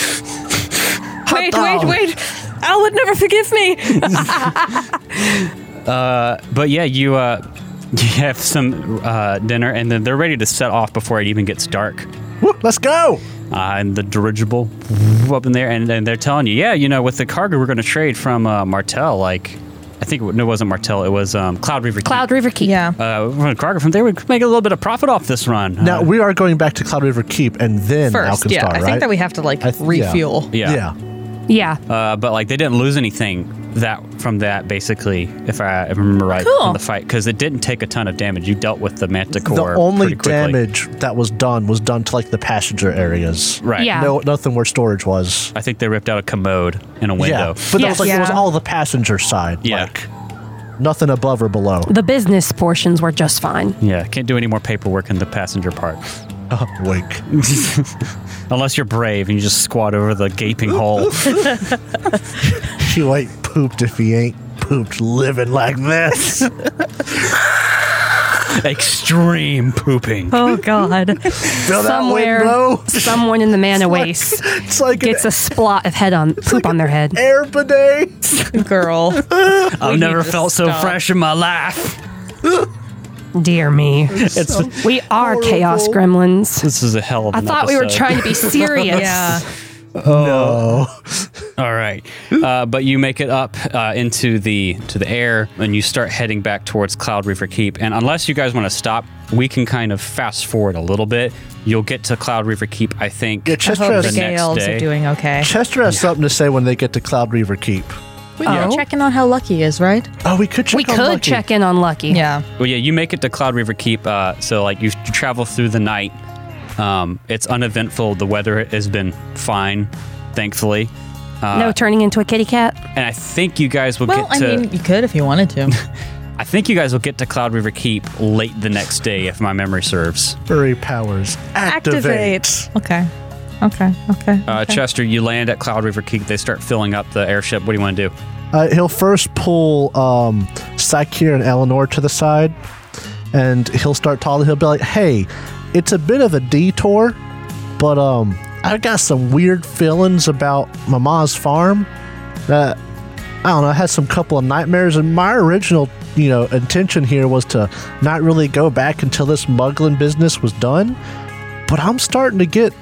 Wait, wait, wait. Al would never forgive me.
But yeah, you uh, you have some uh, dinner, and then they're ready to set off before it even gets dark.
Woo, let's go.
uh, and the dirigible up in there, and, and they're telling you, yeah, you know, with the cargo we're going to trade from uh, Martell, like, I think it, no, it wasn't Martell, it was um, Cloud Reaver. Keep.
Cloud River Keep.
yeah.
Uh, from the cargo from there, we could make a little bit of profit off this run.
Now
Uh,
we are going back to Cloud River Keep and then
First,
Alkenstar,
yeah. I
right?
think that we have to like
I th- yeah.
refuel.
yeah.
Yeah.
Uh, but like they didn't lose anything that from that basically, if I, if I remember right,
Cool.
from the fight because it didn't take a ton of damage. You dealt with the
the
Manticore
only
pretty quickly.
damage that was done was done to like the passenger areas.
right?
Yeah.
No, nothing where storage was.
I think they ripped out a commode and a
Yeah,
window.
but that was
Yes.
like it was
Yeah.
all the passenger side.
Yeah.
Like, nothing above or below.
The business portions were just fine.
yeah, can't do any more paperwork in the passenger part.
Oh, wink.
Unless you're brave and you just squat over the gaping hole.
You ain't pooped if he ain't pooped living like this.
Extreme pooping.
Oh God!
Feel that wind
Somewhere,
blow?
someone in the mana waste
It's like
gets
an
a splot of head on poop on their head.
air bidet.
Girl.
I've
need
never
to
felt so
stop.
fresh in my life.
Dear me, we are chaos gremlins.
This is a hell of
I
an
thought we were
episode.
trying to be serious.
yeah.
All right, uh, but you make it up uh, into the to the air, and you start heading back towards Cloud Reaver Keep. And unless you guys want to stop, we can kind of fast forward a little bit. You'll get to Cloud Reaver Keep, I think.
Yeah,
I
Chester
hope the
The
has,
next
Gales
day.
are doing okay.
Chester has something to say when they get to Cloud Reaver Keep.
We are
Oh.
checking on how lucky he is, right?
Oh, we could check
We
on
could
Lucky.
check in on Lucky.
Yeah.
Well, yeah, you make it to Cloud River Keep. Uh, so, like, you travel through the night. Um, it's uneventful. The weather has been fine, thankfully.
no turning into a kitty cat.
And I think you guys will
Well,
get
I
to.
mean, you could if you wanted to.
I think you guys will get to Cloud River Keep late the next day, if my memory serves.
Furry powers. Activate.
okay. Okay. Okay.
Uh, Chester, you land at Cloud River Keep. They start filling up the airship. What do you want to do?
Uh, he'll first pull um, Sakir and Eleanor to the side, and he'll start talking. He'll be like, "Hey, it's a bit of a detour, but um, I got some weird feelings about Mama's farm. That I don't know. I had some couple of nightmares, and my original, you know, intention here was to not really go back until this muggling business was done. But I'm starting to get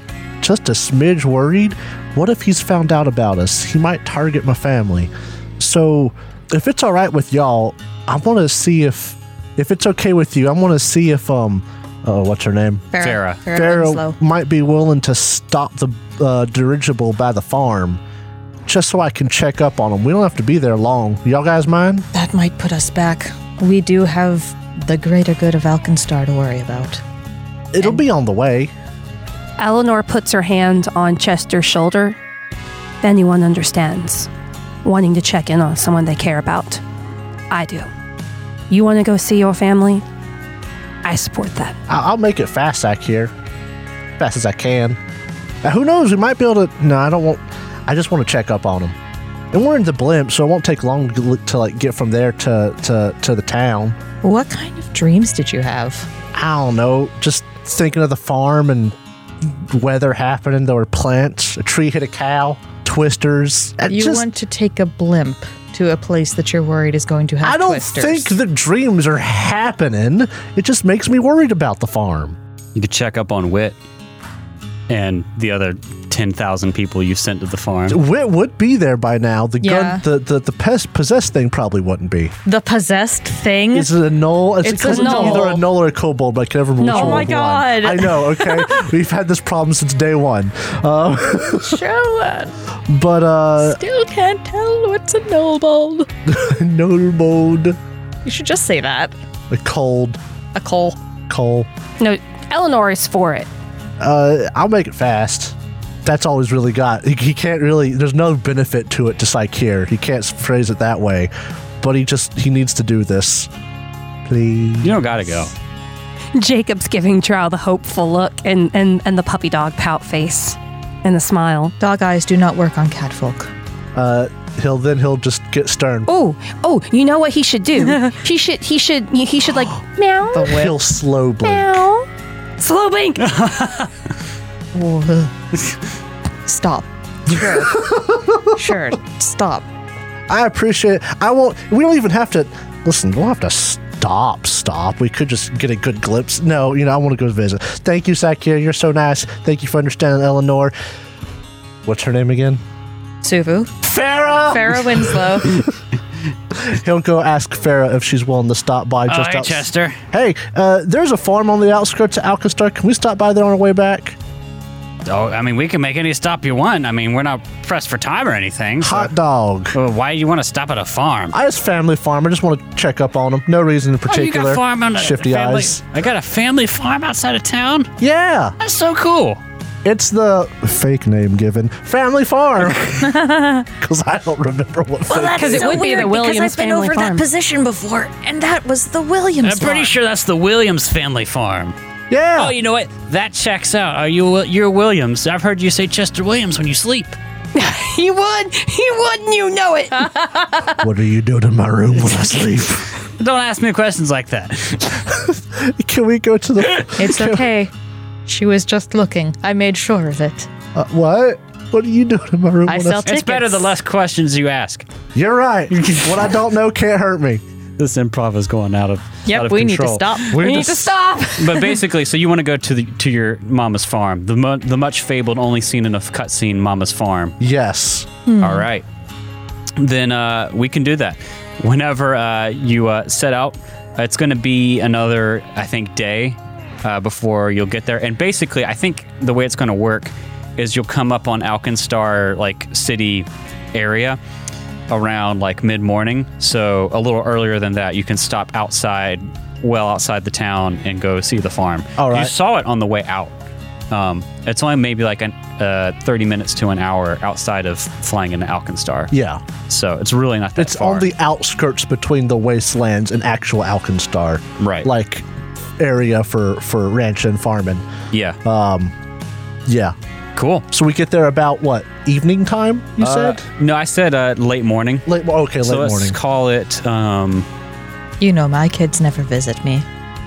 just a smidge worried. What if he's found out about us? He might target my family." So, if it's all right with y'all, I want to see if if it's okay with you. I want to see if um, oh, what's her name?
Farrah.
Pharaoh might be willing to stop the uh, dirigible by the farm, just so I can check up on him. We don't have to be there long. Y'all guys mind?
That might put us back. We do have the greater good of Alkenstar to worry about.
It'll be on the way.
Eleanor puts her hand on Chester's shoulder. If anyone understands, wanting to check in on someone they care about, I do. You want to go see your family? I support that.
I- I'll make it fast I here, fast as I can. Now, who knows? We might be able to. No, I don't want. I just want to check up on him. And we're in the blimp, so it won't take long to, look- to like get from there to to to the town.
What kind of dreams did you have?
I don't know, just thinking of the farm and weather happening. There were plants, a tree hit a cow, twisters. I
You
just,
want to take a blimp to a place that you're worried is going to have
I don't
twisters.
think the dreams are happening. It just makes me worried about the farm.
You could check up on Wit and the other 10,000 people you sent to the farm.
Wit would be there by now. The
Yeah.
gun, the the, the pest possessed thing probably wouldn't be.
the possessed thing.
Is it a null? It's,
It's a
because
null.
either a null or a kobold, but I can never remember.
No.
which
Oh
one
my
of one.
God.
I know. Okay, we've had this problem since day one. Uh,
Show us.
but uh,
Still can't tell what's a noble.
null mode,
You should just say that.
a cold,
A coal.
cold.
No, Eleanor is for it.
Uh, I'll make it fast. That's all he's really got. He, he can't really. There's no benefit to it to Psycheer. He can't phrase it that way. But he just he needs to do this. Please.
You don't got to go.
Jacob's giving Trow the hopeful look and, and, and the puppy dog pout face and the smile.
Dog eyes do not work on catfolk.
Uh, he'll then he'll just get stern.
Oh, oh, you know what he should do? he should he should he should like meow
He'll slow blink.
meow. Slow blink.
Oh. Stop. Sure. sure. Stop.
I appreciate it. I won't. We don't even have to. Listen, we'll have to stop, stop. We could just get a good glimpse. No, you know, I want to go visit. Thank you, Sakia. You're so nice. Thank you for understanding, Eleanor. What's her name again?
Suvu.
Farah!
Farah Winslow.
He'll go ask Farah if she's willing to stop by just
All right,
outs-
Chester.
Hey, uh, there's a farm on the outskirts of Alcastar. Can we stop by there on our way back?
Oh, I mean, we can make any stop you want. I mean, we're not pressed for time or anything. So,
Hot dog.
Well, why do you want to stop at a farm?
I as family farm. I just want to check up on them. No reason
Oh,
in
you
particular.
got a farm on a
Shifty
family,
eyes.
I got a family farm outside of town.
Yeah.
That's so cool.
It's the fake name given Family Farm. Because I don't remember what fake.
Because it would be the Williams family farm.
position before, and that was the Williams.
I'm pretty
farm.
sure that's the Williams family farm.
Yeah.
Oh, you know what? That checks out. Are you you're Williams? I've heard you say Chester Williams when you sleep.
he would. He wouldn't. You know it.
what are you doing in my room when I sleep?
Don't ask me questions like that.
Can we go to the.
It's okay. She was just looking. I made sure of it.
Uh, what? What are you doing in my room
I
when I
sell
sleep?
It's better the
Tickets.
less questions you ask.
You're right. what I don't know can't hurt me.
This improv is going out of out
Yep,
of
we need to
control.
stop.
we need to stop.
but basically, so you want to go to the to your mama's farm, the mu- the much fabled, only seen in a cutscene, mama's farm.
Yes.
All right, then uh, we can do that. Whenever uh, you uh, set out, it's going to be another, I think, day uh, before you'll get there. And basically, I think the way it's going to work is you'll come up on Alkenstar like city area around like mid morning. So a little earlier than that, you can stop outside, well outside the town, and go see the farm.
All
You
right.
saw it on the way out. Um, it's only maybe like an, uh, 30 minutes to an hour outside of flying into Alkenstar.
Yeah.
So it's really not that
It's
far.
on the outskirts between the wastelands and actual Alkenstar.
Right.
Like area for, for ranch and farming.
yeah.
Uh, Yeah.
cool.
So we get there about what? Evening time, you
Uh,
said?
no, I said uh, late morning.
Late, okay, late
so let's
morning.
call it. Um,
You know, my kids never visit me.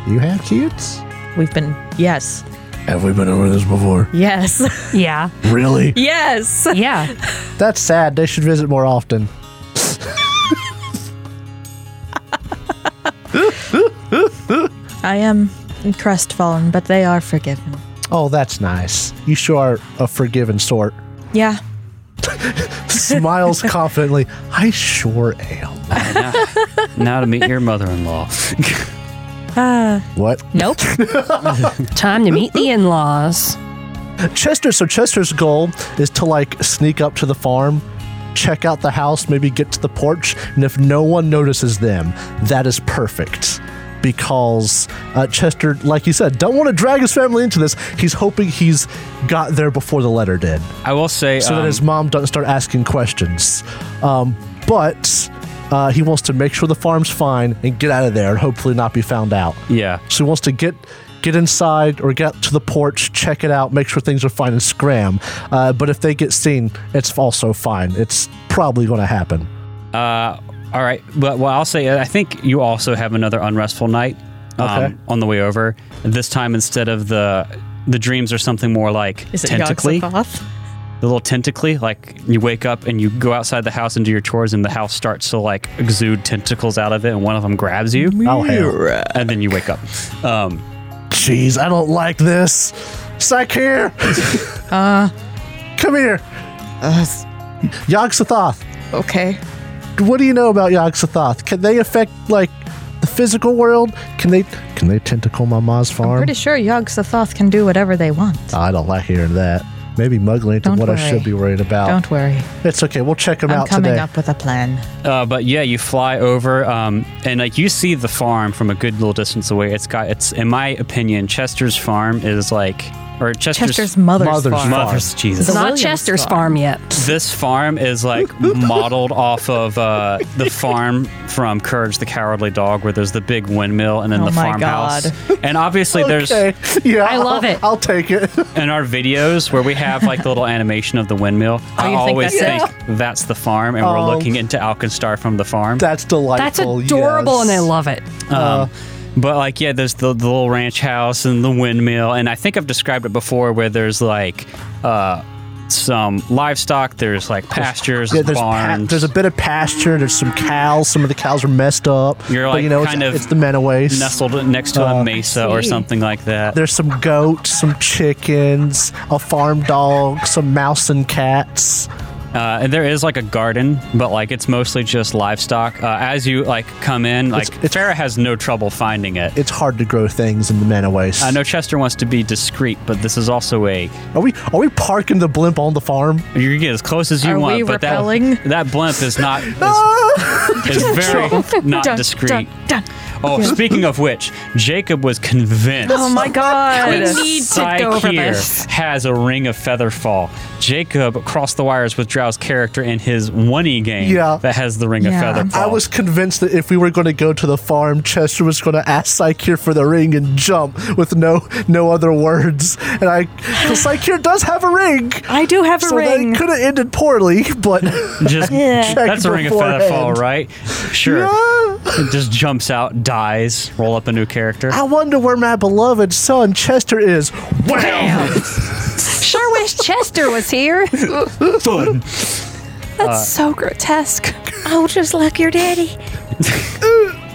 you have kids?
We've been yes,
Have we been over this before?
yes,
Yeah.
Really?
yes.
Yeah.
That's sad. They should visit more often.
I am crestfallen, but they are forgiven.
Oh, that's nice. You sure are a forgiving sort.
Yeah,
Smiles confidently. I sure am.
now to meet your mother-in-law.
Ah.
What?
Nope.
Time to meet the in laws.
Chester. So Chester's goal is to like sneak up to the farm, check out the house, maybe get to the porch, and if no one notices them, that is perfect. Because uh, Chester, like you said, don't want to drag his family into this. He's hoping he's got there before the letter did.
I will say.
so
um,
that his mom doesn't start asking questions. Um, but uh, he wants to make sure the farm's fine and get out of there and hopefully not be found out.
yeah.
So he wants to get get inside or get to the porch, check it out, make sure things are fine, and scram. Uh, but if they get seen, it's also fine. It's probably going to happen.
Uh, all right, but what I'll say, uh, I think you also have another unrestful night um,
Okay.
on the way over. This time, instead of the the dreams are something more like
Is it
tentacly, a
Yogg-Sothoth?
little tentacly. Like you wake up and you go outside the house and do your chores, and the house starts to like exude tentacles out of it, and one of them grabs you.
Oh hell,
And then you wake up. Um,
jeez, I don't like this. Psych here. Come here, Yog Sothoth.
Okay.
what do you know about Yog-Sothoth? Can they affect like the physical world? Can they can they tentacle my ma's farm?
Pretty sure Yog Sothoth can do whatever they want.
I don't like hearing that. Maybe muggling is
Don't
what I
worry.
should be worried about.
Don't worry.
It's okay. We'll check him
I'm
out
coming
today.
up with a plan.
Uh, but yeah, you fly over, um, and like you see the farm from a good little distance away. It's got it's in my opinion, Chester's farm is like or Chester's,
Chester's mother's,
Mother's
farm.
farm.
mother's Jesus.
It's
The
not
Williams
Chester's
farm.
farm yet.
This farm is like modeled off of uh, the farm from Courage the Cowardly Dog, where there's the big windmill and then
Oh
the
my
farmhouse.
God.
And obviously, there's
Okay. Yeah,
I love
I'll-
it.
I'll take it.
in our videos where we have like the little animation of the windmill. I
Oh, you think
always
that's it?
think that's the farm, and we're
Oh.
looking into Alkenstar from the farm.
That's
That's
delightful.
adorable
yes.
uh.
and I love it.
Um, But like, yeah, there's the, the little ranch house and the windmill, and I think I've described it before, where there's like uh, some livestock. There's like pastures,
Yeah,
and
there's, pa-
barns.
there's a bit of pasture. There's some cows. Some of the cows are messed up.
You're,
but,
like,
you know,
kind
it's,
of
it's the Menoways.
nestled next to a mesa or
see.
something like that.
There's some goats, some chickens, a farm dog, some mouse and cats.
Uh, and there is like a garden, but like it's mostly just livestock. Uh, as you like come in, like
it's-
Farah has no trouble finding it.
It's hard to grow things in the Menoways.
I know Chester wants to be discreet, but this is also a
Are we are we parking the blimp on the farm?
you can get as close as you
Are
want.
we
but
rappelling?
that that blimp is not is,
Ah!
is very not
Dun,
discreet.
dun, dun.
Oh, speaking of which, Jacob was convinced.
Oh my god.
We need to go over
Psyche
this.
has a ring of feather fall. Jacob crossed the wires with Drow's character in his one e game
Yeah.
that has the ring
Yeah.
of feather fall.
I was convinced that if we were going to go to the farm, Chester was going to ask Psycheer for the ring and jump with no no other words. And I, because Psycheer does have a ring,
I do have a
so
ring.
that could have ended poorly. But
just
Yeah.
that's a ring of feather fall,
beforehand.
right? Sure. It just jumps out, dies, roll up a new character.
I wonder where my beloved son Chester is. Wham!
Sure wish Chester was here. That's so grotesque.
Oh, just like your daddy.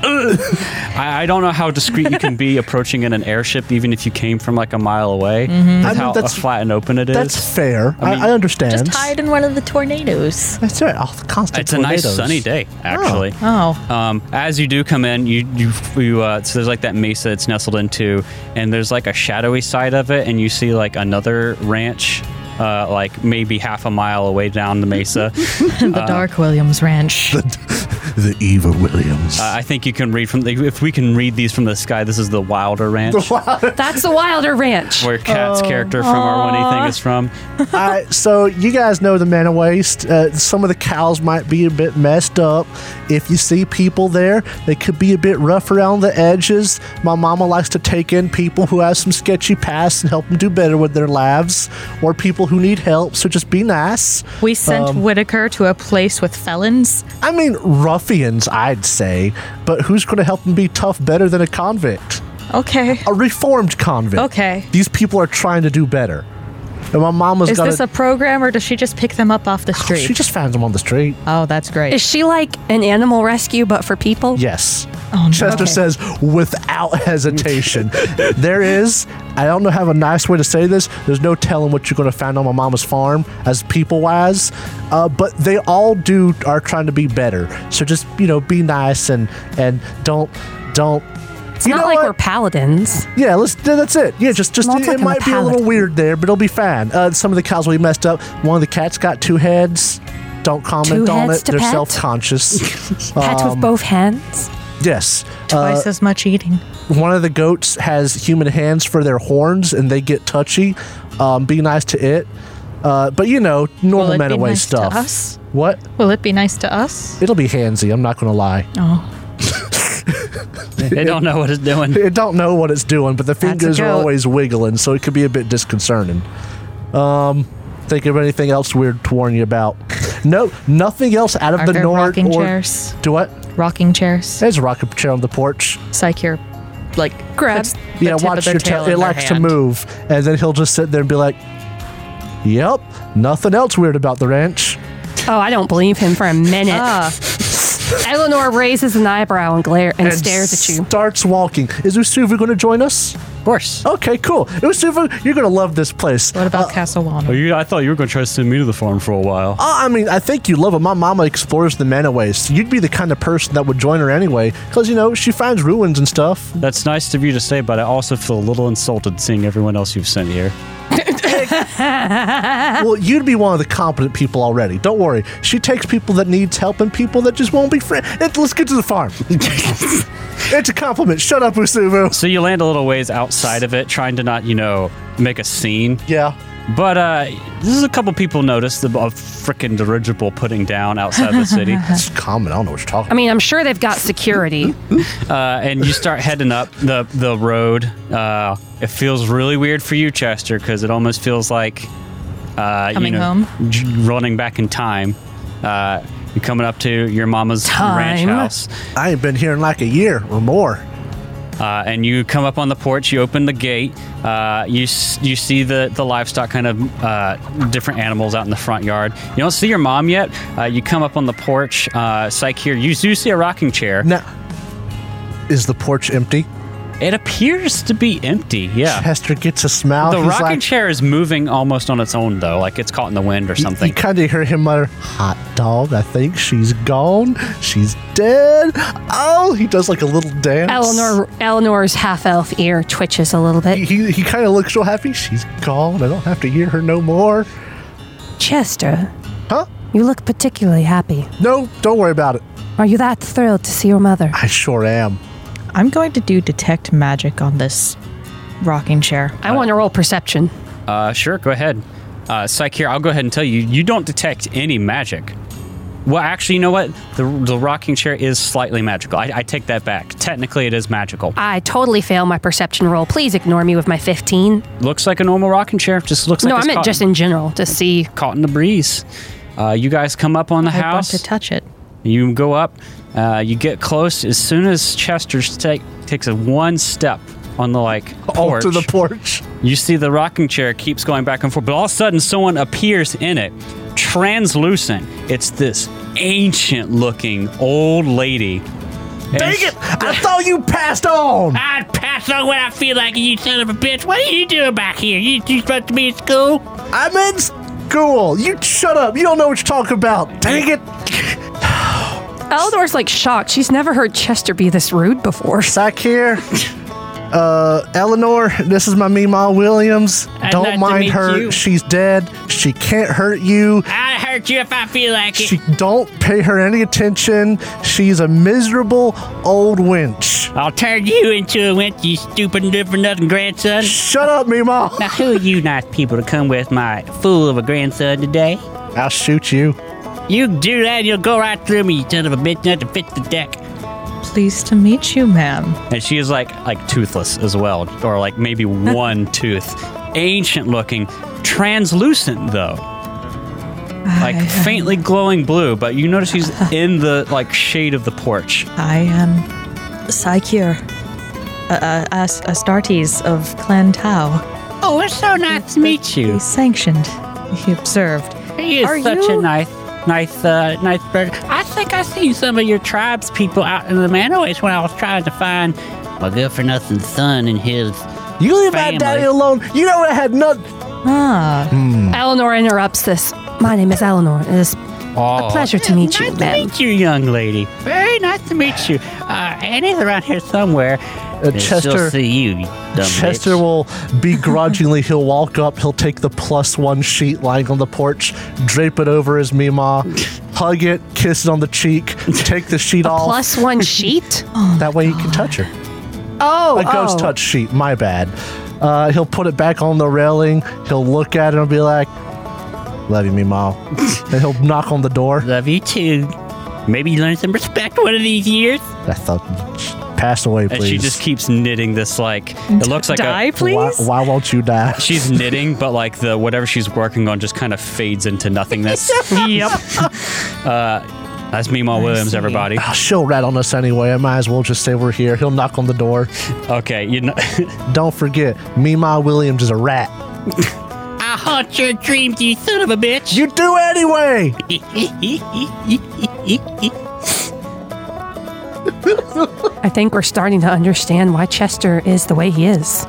I, I don't know how discreet you can be approaching in an airship, even if you came from like a mile away.
Mm-hmm.
With
mean,
how uh,
that's-
flat and open it is.
That's fair. I,
mean,
I understand.
Just hide in one of the tornadoes.
That's right. All the constant
it's a nice
tornadoes.
sunny day, actually.
Oh.
Um, as you do come in, you you, you uh, so there's like that mesa it's nestled into, and there's like a shadowy side of it, and you see like another ranch, uh, like maybe half a mile away down the mesa. Uh,
the Dark Williams Ranch.
The Eva Williams.
Uh, I think you can read from the, if we can read these from the sky. This is the Wilder Ranch,
That's the Wilder Ranch.
where Cat's character from our one thing is from.
All right, so you guys know the man of waste. Uh, some of the cows might be a bit messed up. If you see people there, they could be a bit rough around the edges. My mama likes to take in people who have some sketchy past and help them do better with their lives, or people who need help. So just be nice.
We sent Whitaker to a place with felons.
I mean, ruffians, I'd say. But who's going to help them be tough better than a convict?
Okay.
A reformed convict.
Okay.
These people are trying to do better. And my mama's
Is
got Oh,
this a program or does she just pick them up off the street?
She just found them on the street.
oh, that's great.
Is she like an animal rescue but for people?
Yes.
Oh,
Chester says without hesitation. there is, I don't know have a nice way to say this. There's no telling what you're going to find on my mama's farm as people wise, uh, but they all do are trying to be better. So just you know, be nice and and don't don't.
It's not like we're paladins.
Yeah, let's. th- That's it. Yeah, just, just
Small
it,
talk
it
on the
might be a
palate.
little weird there, but it'll be fine. Uh, some of the cows will be messed up. One of the cats got two heads. Don't comment
Two
on
heads
it.
to
They're
pet?
self-conscious.
Pat with both hands.
yes. Uh,
Twice as much eating.
one of the goats has human hands for their horns and they get touchy. Um, be nice to it. Uh, but you know,
Will
normal
it
men
be
away
nice to
stuff.
us?
What?
Will it be nice to us?
It'll be handsy, I'm not gonna lie.
Oh.
They don't know what it's doing.
It don't know what it's doing, but the
That's a
fingers are
goat.
always wiggling, so it could be a bit disconcerting. Um think of anything else weird to warn you about. No, nothing else out of
Are
the
there
north
rocking
or
chairs?
do what?
Rocking chairs.
There's a rocking chair on the porch.
Psyche like puts
Grabs.
the
Yeah,
tip of
watch
their
your tail.
in
It
her
likes to
hand.
move, and then he'll just sit there and be like, "Yep, nothing else weird about the ranch."
Oh, I don't believe him for a minute.
Ah,
Eleanor raises an eyebrow and glare and, stares at you.
Starts walking. Is Usuva going to join us?
Of course.
Okay, cool. Usuva, you're going to love this place.
what about Castlewano?
I thought Oh, you were going to try to send me to the farm for a while.
Oh, I mean, I think you love it. My mama explores the manaways. So you'd be the kind of person that would join her anyway, because you know she finds ruins and stuff.
That's nice of you to say, but I also feel a little insulted seeing everyone else you've sent here.
well, you'd be one of the competent people already. Don't worry. She takes people that needs help and people that just won't be friends. Let's get to the farm. it's a compliment. Shut up, Usuvu.
So you land a little ways outside of it, trying to not, you know, make a scene.
Yeah.
But uh, this is a couple people noticed the a freaking dirigible putting down outside the city.
It's common. I don't know what you're talking
I mean, I'm sure they've got security.
uh, and you start heading up the the road. Uh, it feels really weird for you, Chester, because it almost feels like uh,
Coming
you know,
home?
j- running back in time. Uh, you're coming up to your mama's ranch
Time?
house.
about. I ain't been here in like a year or more.
Uh, and you come up on the porch, you open the gate, uh, you, s- you see the, the livestock kind of uh, different animals out in the front yard. You don't see your mom yet. Uh, you come up on the porch, uh, Psyche here, you do see a rocking chair.
Now, is the porch empty?
It appears to be empty, yeah.
Hester gets a smile.
The
He's
rocking
like,
chair is moving almost on its own, though, like it's caught in the wind or something.
You kind of hear him mutter, "Hot dog! I think she's gone. She's dead." Oh, he does like a little dance.
Eleanor Eleanor's half elf ear twitches a little bit.
He he kind of looks real happy. She's gone. I don't have to hear her no more.
Chester,
Huh?
you look particularly happy.
No, don't worry about it.
Are you that thrilled to see your mother?
I sure am.
I'm going to do detect magic on this rocking chair.
I want to roll perception.
Uh, sure, go ahead. Uh, Psyche here, I'll go ahead and tell you, you don't detect any magic. Well, actually, you know what? The, the rocking chair is slightly magical. I, I take that back. Technically, it is magical.
I totally fail my perception roll. Please ignore me with my 15.
Looks like a normal rocking chair. Just looks
no,
like
I
it's
meant
caught,
just in general to see.
caught in the breeze. Uh, you guys come up on the
I want
house.
to touch it.
You go up, uh, you get close. As soon as Chester take, takes a one step on the like porch,
Onto the porch.
You see the rocking chair keeps going back and forth, but all of a sudden someone appears in it, translucent. It's this ancient looking old lady.
Dang it! I thought you passed on.
I'd pass on what I feel like, you son of a bitch. What are you doing back here? You, you supposed to be at school?
I'm in school. You shut up. You don't know what you're talking about. Dang it.
Eleanor's like shocked. She's never heard Chester be this rude before.
Sack here. Uh, Eleanor, this is my Meemaw Williams. Don't
like to
mind
meet
her.
you.
She's dead. She can't hurt you.
I'd hurt you if I feel like it.
She don't pay her any attention. She's a miserable old wench.
I'll turn you into a witch, you stupid and good for nothing grandson.
Shut up, Meemaw.
Now, who are you nice people to come with my fool of a grandson today?
I'll shoot you.
You do that, and you'll go right through me, you son of a bitch, not to fit the deck.
Pleased to meet you, ma'am.
And she is like like toothless as well, or like maybe one tooth. Ancient looking, translucent though. Like faintly glowing blue, but you notice she's in the like shade of the porch.
I am Psycheer, uh, uh, As- Astartes of Clan Tau.
Oh, it's so nice to meet you.
He's sanctioned, he observed.
He is
Are
such
you-
a nice, nice, uh, nice bird. I think I seen some of your tribe's people out in the Manoways when I was trying to find my good-for-nothing son and his.
You leave my daddy
Family.
alone. You know I had none.
Ah,
Eleanor interrupts this. My name is Eleanor. It is a pleasure to meet you,
nice to
ma'am.
meet you, young lady. Very nice to meet you. Uh, Annie's around here somewhere. Uh, And she'll
Chester-
see you, you dumb
Chester
bitch.
will begrudgingly he'll walk up, he'll take the plus one sheet lying on the porch, drape it over his Meemaw, hug it, kiss it on the cheek, take the sheet off.
Plus one sheet?
Oh.
that way you can touch her.
Oh,
A ghost
oh.
touch sheet, my bad. Uh, he'll put it back on the railing, he'll look at it and be like, Love you, Meemaw. and he'll knock on the door.
Love you too. Maybe you learn some respect one of these years.
I thought pass away, please.
And she just keeps knitting this like it looks like
die,
a
please.
why, why won't you die?
She's knitting, but like the whatever she's working on just kind of fades into nothingness. yep. Uh, that's Meemaw Williams,
see.
everybody.
She'll rat on us anyway. I might as well just say we're here. He'll knock on the door.
Okay, you know,
Don't forget, Meemaw Williams is a rat.
I haunt your dreams, you son of a bitch.
You do anyway!
I think we're starting to understand why Chester is the way he is.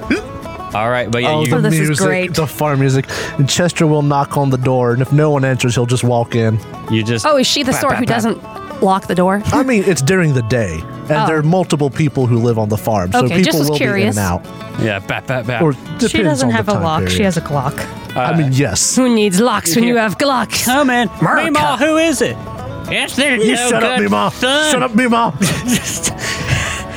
all right, but yeah, you,
the- Oh, this is
music,
great.
the farm music. And Chester will knock on the door, and if no one answers, he'll just walk in.
you just
Oh, is she the sort who doesn't lock the door?
I mean, it's during the day, and
Oh.
there are multiple people who live on the farm, so
Okay,
people
just was
will
curious.
be in and out.
yeah, bat bat bat. Uh,
Or depends
she doesn't
on the
have a
time
lock,
period.
she has a Glock.
I mean, yes.
Who needs locks when you have Glocks?
Come in, Meemaw. Who is it?
Yes, there's
You
no
shut up,
good
Mima.
son.
Shut up, Mima.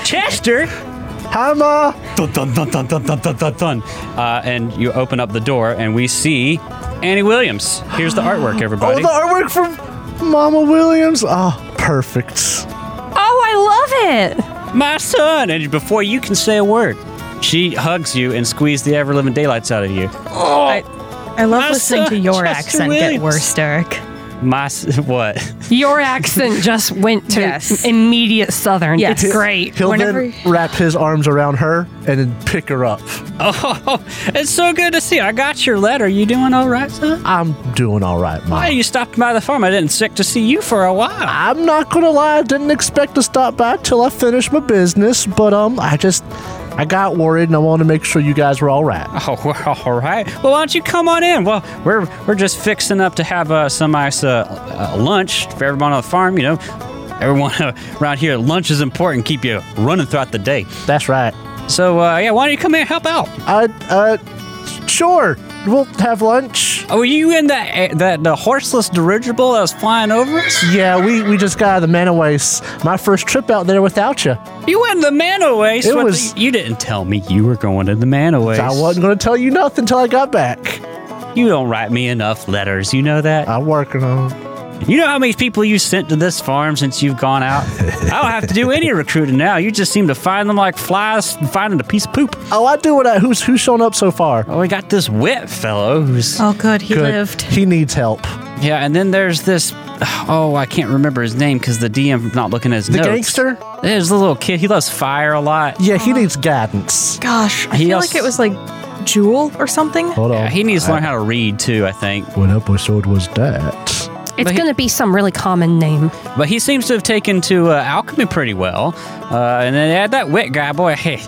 Chester.
Hi, Ma.
Dun dun dun dun dun dun dun dun. dun. Uh, and you open up the door, and we see Annie Williams. Here's the artwork,
Oh,
everybody.
the artwork from Mama Williams. Ah, perfect.
Oh, I love it.
My son. And before you can say a word, she hugs you and squeezes the ever living daylights out of you.
I love listening
son,
to your
Chester
accent get
Williams.
worse, Derek.
My s- what?
Your accent just went to
Yes.
immediate southern.
Yes.
It's great.
He'll
Whenever-
then wrap his arms around her and then pick her up.
Oh, it's so good to see. you. I got your letter. You doing all right, son?
I'm doing all right,
Why
Mom.
you stopped by the farm? I didn't expect to see you for a while.
I'm not gonna lie, I didn't expect to stop by till I finished my business, but um, I just I got worried and I wanted to make sure you guys were all right.
Oh, we're all right. Well, why don't you come on in? Well, we're we're just fixing up to have uh, some nice uh, uh, lunch for everyone on the farm. You know, everyone around here, lunch is important. Keep you running throughout the day.
That's right.
So uh, yeah, why don't you come in and help out?
I uh, sure. We'll have lunch.
Oh, were you in that that the horseless dirigible that was flying over us?
Yeah, we, we just got out of the Manaways. My first trip out there without you.
You went to the Manaway.
It was-
you didn't tell me you were going to the Manaway.
I wasn't going to tell you nothing until I got back.
You don't write me enough letters. You know that.
I'm working on it.
you know how many people you sent to this farm since you've gone out. I don't have to do any recruiting now. You just seem to find them like flies finding a piece of poop.
Oh, I do what I. Who's who's shown up so far?
Oh, we got this wet fellow who's
Oh, good. He lived.
He needs help.
yeah, and then there's this. Oh, I can't remember his name because the DM not looking at his
The
notes.
gangster?
There's the little kid. He loves fire a lot.
Yeah, he needs guidance.
Gosh, I
He
feel
als-
like it was like Jewel or something.
Hold on.
Yeah, he needs to learn how to read too. I think.
What episode was that?
It's
But he-
going to be some really common name.
But he seems to have taken to uh, alchemy pretty well. Uh, and then yeah, that wit guy, boy, hey,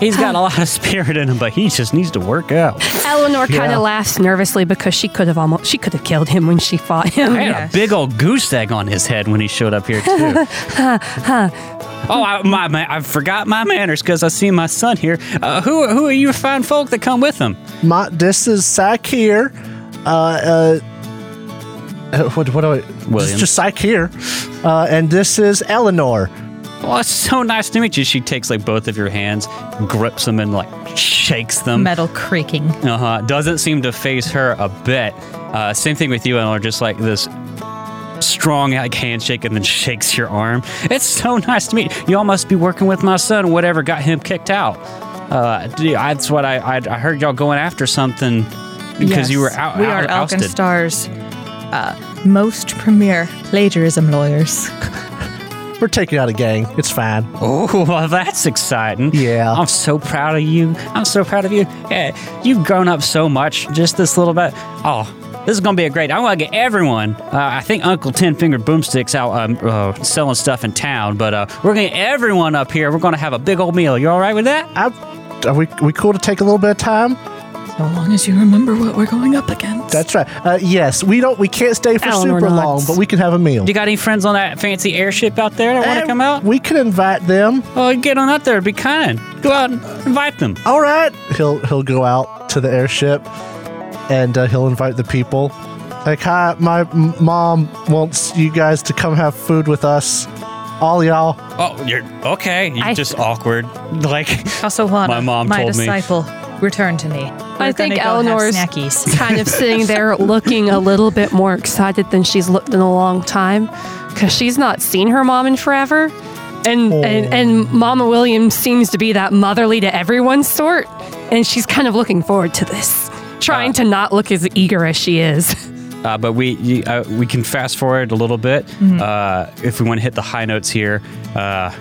he's got a lot of spirit in him, but he just needs to work out.
Eleanor kind
Yeah.
of laughs nervously because she could have almost she could have killed him when she fought him.
I had a big old goose egg on his head when he showed up here, too. oh, I, my, my, I forgot my manners because I see my son here. Uh, who, who are you fine folk that come with him?
My, this is Sakir. Uh, uh, uh, what, what do I?
William.
It's just Sakir. Uh, and this is Eleanor.
Well, Oh, it's so nice to meet you. She takes like both of your hands, grips them, and like shakes them.
Metal creaking.
Uh huh. Doesn't seem to phase her a bit. Uh, same thing with you, Eleanor. Just like this strong like handshake, and then shakes your arm. It's so nice to meet you. Y'all must be working with my son. Whatever got him kicked out. Uh, dude, that's what I, I I heard y'all going after something because you were out.
We
out,
are Elkin
ousted.
Stars. Uh, most premier plagiarism lawyers.
We're taking out a gang. It's fine.
Oh, well, that's exciting.
Yeah.
I'm so proud of you. I'm so proud of you. Yeah, you've grown up so much just this little bit. Oh, this is going to be a great. I'm going to get everyone. Uh, I think Uncle Ten Finger Boomstick's out um, uh, selling stuff in town, but uh, we're going to get everyone up here. We're going to have a big old meal. You all right with that?
I, are we we cool to take a little bit of time?
So long as you remember what we're going up against.
That's right. Uh, yes, we don't. We can't stay for
Eleanor
super
nods.
long, but we can have a meal.
You got any friends on that fancy airship out there that want to
Uh,
come out?
We can invite them.
Well, get on out there. Be kind. Go out and invite them.
All right. He'll he'll go out to the airship, and uh, he'll invite the people. Like, hi, my m- mom wants you guys to come have food with us. All y'all.
Oh, you're okay. You're
I-
just awkward. Like,
Also, Lana,
My mom
my
told me.
disciple, return to me.
I
We're
think
gonna go have
Eleanor's-
snackies.
kind of sitting there looking a little bit more excited than she's looked in a long time because she's not seen her mom in forever. And,
Oh.
and and Mama Williams seems to be that motherly to everyone sort, and she's kind of looking forward to this, trying to not look as eager as she is.
Uh, but we you, uh, we can fast forward a little bit
Mm-hmm.
uh, if we want to hit the high notes here. Uh,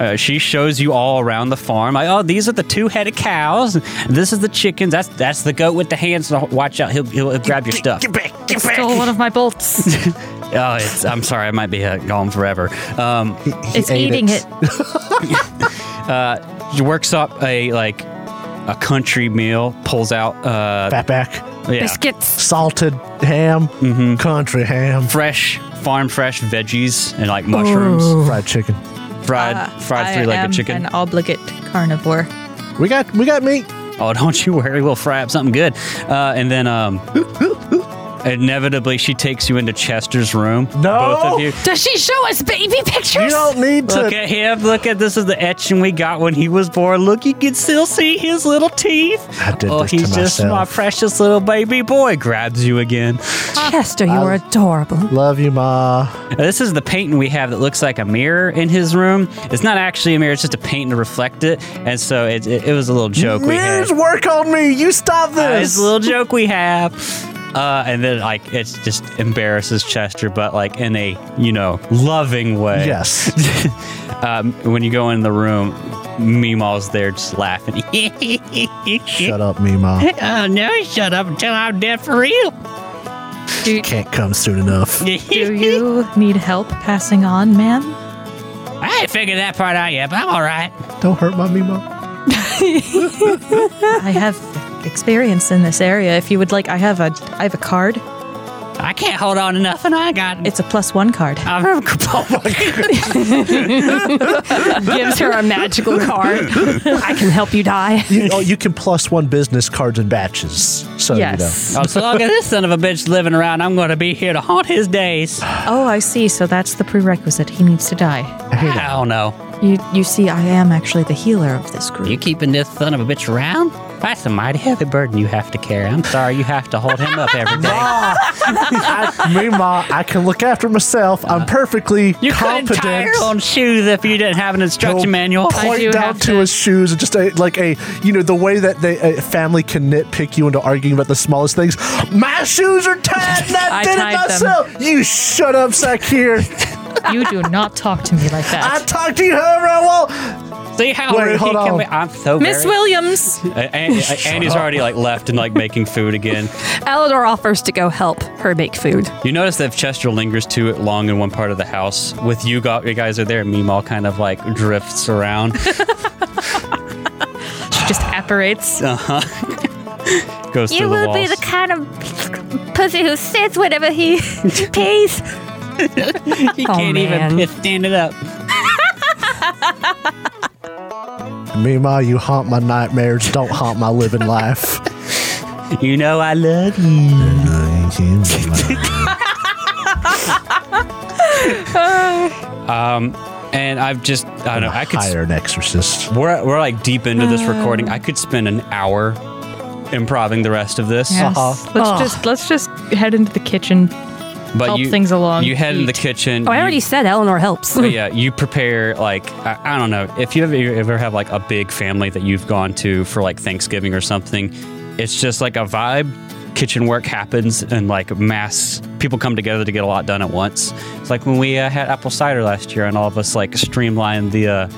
uh, she shows you all around the farm. Like, oh, these are the two-headed cows. This is the chickens. That's that's the goat with the hands. Now, Watch out! He'll, he'll, he'll grab your stuff.
Stole one of my bolts.
Oh, it's, I'm sorry. I might be uh, gone forever. Um,
He
it's
ate
eating it.
she works up a like a country meal. Pulls out uh,
Fatback,
yeah,
Biscuits.
salted ham, country ham,
fresh farm fresh veggies and like mushrooms,
fried chicken.
fried
Uh, I
fried three-legged
am
chicken.
An obligate carnivore.
We got we got meat.
Oh, don't you worry. We'll fry up something good. Uh, and then, um, inevitably, she takes you into Chester's room.
No!
Both of you.
Does she show us baby
You
pictures?
don't need to.
Look at him. Look at this is the etching we got when he was born. Look, you can still see his little teeth.
I did
oh,
this to
he's just my
myself.
precious little baby boy. Grabs you again.
Chester, you are adorable.
Love you, ma.
This is the painting we have that looks like a mirror in his room. It's not actually a mirror, it's just a painting to reflect it. And so it, it, it was a little joke we had.
Years work on me. You stop
Uh,
this.
it's a little joke we have. Uh, and then like it just embarrasses Chester, but like in a you know loving way.
Yes.
Um, when you go in the room, Meemaw's there just laughing.
Shut up, Mima.
Oh, no, shut up until I'm dead for real.
Can't come soon enough.
Do you need help passing on, ma'am?
I ain't figured that part out yet, but I'm all right.
Don't hurt my Mima.
I have experience in this area. If you would like, I have a I have a card.
I can't hold on to nothing. I got it.
It's a plus one card.
I'm,
Gives her a magical card. I can help you die.
You, oh, you can plus one business cards in batches. So,
yes.
oh, so long as this son of a bitch living around, I'm going to be here to haunt his days.
Oh, I see. So that's the prerequisite. He needs to die.
I don't know.
You you see, I am actually the healer of this group.
You keeping this son of a bitch around? That's a mighty heavy burden you have to carry. I'm sorry you have to hold him up every day.
you know. Mima, Ah. I can look after myself. I'm perfectly
You couldn't
competent.
tie your own shoes if you didn't have an instruction
He'll
manual.
Point
do
down
have
to,
to-
his shoes, and just a, like a you know the way that they a family can nitpick you into arguing about the smallest things. My shoes are tied, and I,
I
did it
tied them.
myself. You shut up, Sakir.
You do not talk to me like
I talk to you however I want.
See how
Wait,
rude he
hold
can
on.
be. I'm so
Miss
very-
Williams.
Uh, An- uh, Andy's already like left and like making food again.
Elidor offers to go help her make food.
You notice that if Chester lingers too long in one part of the house, with you, go- you guys are there, Meemaw kind of like drifts around,
She just apparates.
goes
You
through the
will be
walls.
the kind of pussy who sits whenever he pees.
He
Oh,
can't
man.
even piss, stand it up.
Mima, you haunt my nightmares. Don't haunt my living life.
You know I love you.
and I've just, I don't know, I could. s-
hire an exorcist.
We're, we're like deep into this
Um.
recording. I could spend an hour improving the rest of this.
Yes. Let's just let's just head into the kitchen.
But
Help
you,
things along,
You head in the
eat.
kitchen.
Oh, I
you-
already said Eleanor helps.
But yeah, you prepare like I, I don't know if you ever, you ever have like a big family that you've gone to for like Thanksgiving or something. It's just like a vibe. Kitchen work happens and like mass people come together to get a lot done at once. It's like when we uh, had apple cider last year and all of us like streamlined the uh,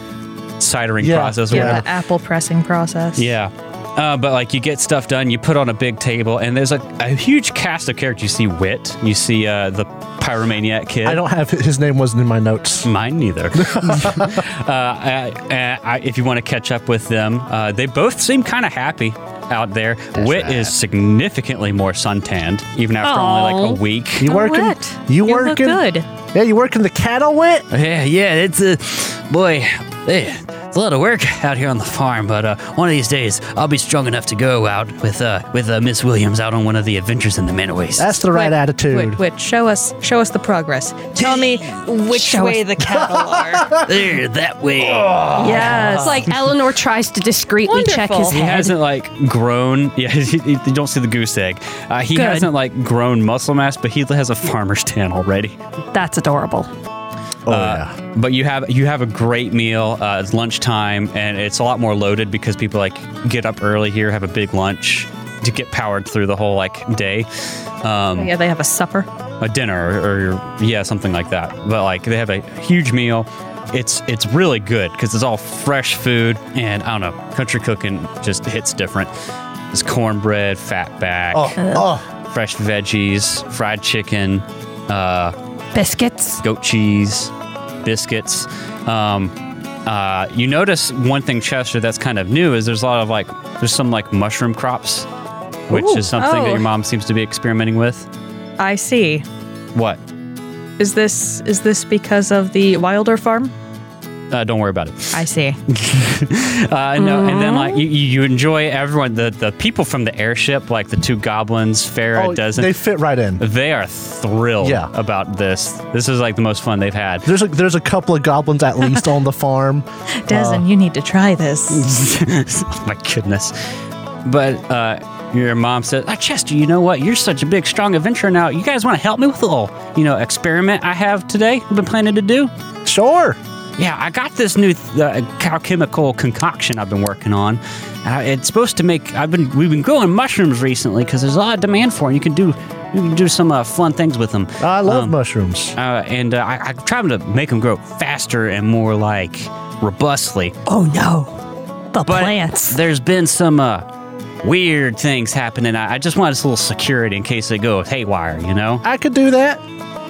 cidering
Yeah,
process. Or
Yeah,
whatever.
the apple pressing process.
Yeah. Uh, but like you get stuff done, you put on a big table, and there's a, a huge cast of characters. You see Wit, you see uh, the pyromaniac kid.
I don't have his name wasn't in my notes.
Mine neither. uh, I, I, I, if you want to catch up with them, uh, they both seem kind of happy out there. Wit is significantly more suntanned, even after only
Aw.
like a week.
You
Oh,
working?
what?
You
You look
working?
good.
Yeah, you working the cattle wit?
Yeah, yeah, it's a boy. eh, It's a lot of work out here on the farm, but uh, one of these days I'll be strong enough to go out with uh, with uh, Miss Williams out on one of the adventures in the Manaways.
That's the right
Wait,
attitude.
Wait, wait, show us show us the progress. Tell me which way the cattle are.
there, that way.
yes.
It's like Eleanor tries to discreetly check his
Wonderful.
He
head.
hasn't like grown. Yeah, you don't see the goose egg. Uh, he
Good.
hasn't like grown muscle mass, but he has a farmer's tan already.
That's adorable.
oh
Uh, But you have you have a great meal. Uh, it's lunchtime, and it's a lot more loaded because people like get up early here, have a big lunch to get powered through the whole like day, um,
yeah, they have a supper.
a dinner or, or yeah, something like that. But like they have a huge meal. It's it's really good because it's all fresh food, and I don't know, country cooking just hits different. It's cornbread, fatback,
yeah. Oh,
fresh veggies, fried chicken. Uh,
Biscuits.
goat cheese, biscuits. Um, uh, you notice one thing, Chester, that's kind of new is there's a lot of like, there's some like mushroom crops, which is something that
Oh.
your mom seems to be experimenting with.
I see.
What?
Is this is this because of the Wilder farm?
Uh, don't worry about it.
I see.
Uh, no, and then like you, you you enjoy everyone, the, the people from the airship, like the two goblins, Farah
oh
doesn't.
they fit right in.
they are thrilled
Yeah.
about this. This is like the most fun they've had.
There's a, there's a couple of goblins at least on the farm.
Desmond, you need to try this.
Oh, my goodness. But uh, your mom said, oh, Chester, you know what? You're such a big, strong adventurer now. You guys want to help me with a little, you know, experiment I have today? I've been planning to do.
Sure.
Yeah, I got this new uh, alchemical concoction I've been working on. Uh, it's supposed to make. I've been we've been growing mushrooms recently because there's a lot of demand for them. You can do you can do some uh, fun things with them.
I love
Um,
mushrooms.
Uh, and uh, I, I'm trying to make them grow faster and more like robustly.
Oh no, the
But
plants.
there's been some uh, weird things happening. I, I just want this little security in case they go haywire, you know?
I could do that.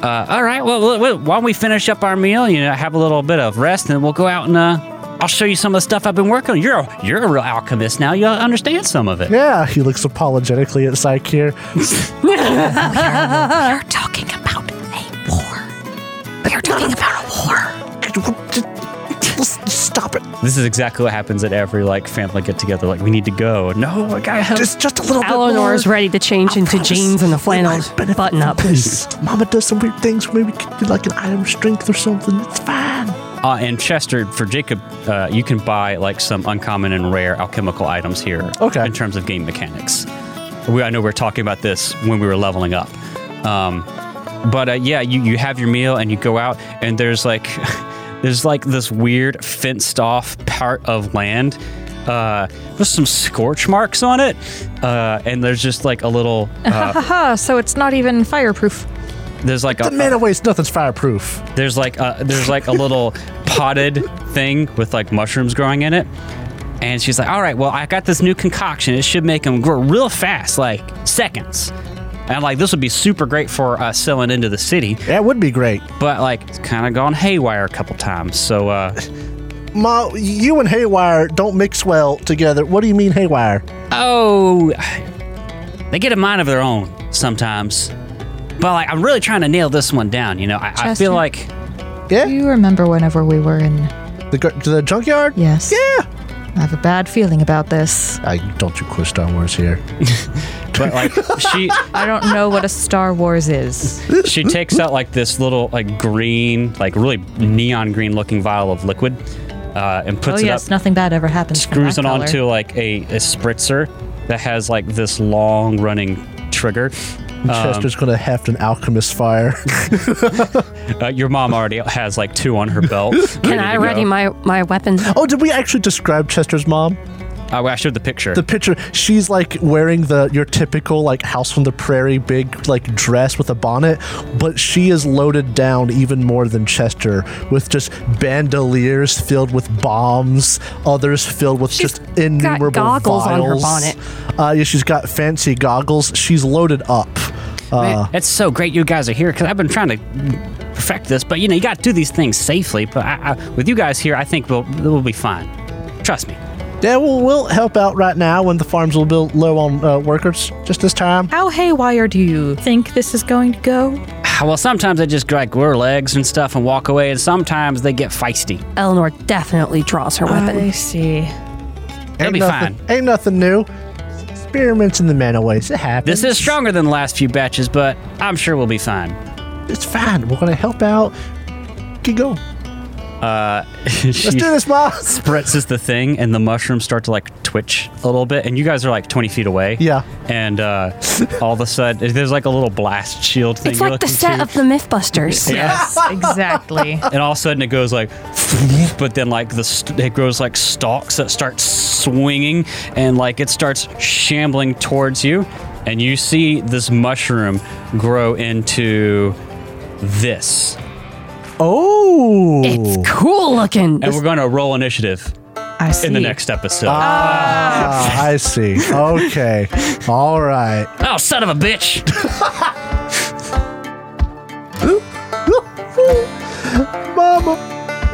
Uh, all right, well, well, well, why don't we finish up our meal, you know, have a little bit of rest, and we'll go out and uh, I'll show you some of the stuff I've been working on. You're a, you're a real alchemist now. You'll understand some of it.
Yeah, he looks apologetically at Psyche.
We're talking about a war. We're talking about a war.
Stop it.
This is exactly what happens at every, like, family get-together. Like, we need to go. No, I gotta help.
It's just a little
Eleanor is
bit more.
ready to change into jeans and a flannel button up.
Mama does some weird things. Maybe we could do like an item of strength or something. It's fine.
Uh, and Chester, for Jacob, uh, you can buy like some uncommon and rare alchemical items here.
Okay.
In terms of game mechanics, we, I know we were talking about this when we were leveling up. Um, but uh, yeah, you, you have your meal and you go out, and there's like there's like this weird fenced off part of land uh, with some scorch marks on it, uh, and there's just like a little uh,
Haha, Ah, so it's not even fireproof.
there's like a,
The man waste nothing's fireproof.
there's like a, there's like a little potted thing with like mushrooms growing in it. And she's like, "All right, well, I got this new concoction. It should make them grow real fast, like seconds." And I'm like, "This would be super great for uh, selling into the city,
That would be great.
but like, it's kind of gone haywire a couple times. So, uh,
Ma, you and Haywire don't mix well together. What do you mean Haywire?
oh, they get a mind of their own sometimes. But like, I'm really trying to nail this one down. You know, I, I
Chester.
feel like
Do you remember whenever we were in.
The gr- the junkyard?
Yes.
Yeah.
I have a bad feeling about this.
I don't you quit Star Wars here.
but like she
I don't know what a Star Wars is.
she takes out like this little like green like really neon green looking vial of liquid uh, and
Oh,
puts it
yes,
up
nothing bad ever happens. from
screws
that
it
color.
onto like a, a spritzer that has like this long running trigger
Chester's gonna heft an alchemist fire.
uh, your mom already has like two on her belt
Can I ready my, my weapon?
oh, did we actually describe Chester's mom?
oh, i showed the picture
The picture. She's like wearing the your typical like house from the prairie big like dress with a bonnet, but she is loaded down even more than Chester with just bandoliers filled with bombs, others filled with
She's
just innumerable
got goggles on her
vials.
bonnet.
Uh, yeah, she's got fancy goggles. She's loaded up.
Man, it's so great you guys are here because i've been trying to perfect this but you know you got to do these things safely but I, I, with you guys here i think we'll, we'll be fine trust me
Yeah, we'll, we'll help out right now when the farm's a little bit low on uh, workers. Just this time.
How haywire do you think this is going to go?
Well, sometimes they just like grow legs and stuff and walk away, and sometimes they get feisty.
Eleanor definitely draws her weapon.
I see.
It'll
ain't
be
nothing,
fine.
Ain't nothing new. Experiments in the mana ways. It happens.
This is stronger than the last few batches, but I'm sure we'll be fine.
It's fine. We're gonna help out. Keep going.
she
Let's do this, Ma.
spritzes the thing, and the mushrooms start to like twitch a little bit, and you guys are like 20 feet away.
Yeah.
And uh, all of a sudden, there's like a little blast shield thing.
It's
you're
like the
looking
set
to,
of the Mythbusters.
Yes, exactly.
and all of a sudden it goes like, but then like the st- it grows like stalks that start swinging and like it starts shambling towards you, and you see this mushroom grow into this,
Oh.
It's cool looking.
and we're gonna roll initiative
I see.
in the next episode.
Ah, I see. Okay. All right.
oh, son of a bitch!
Mama,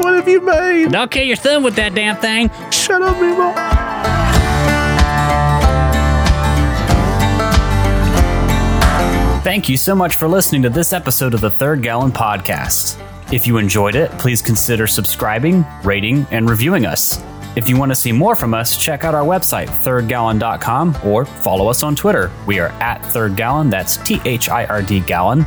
what have you made?
Don't kill your thumb with that damn thing.
Shut up, me, Ma.
Thank you so much for listening to this episode of the Third Gallon Podcast. If you enjoyed it, please consider subscribing, rating, and reviewing us. If you want to see more from us, check out our website, thirdgallon.com, or follow us on Twitter. We are at Third Gallon, that's T H I R D Gallon.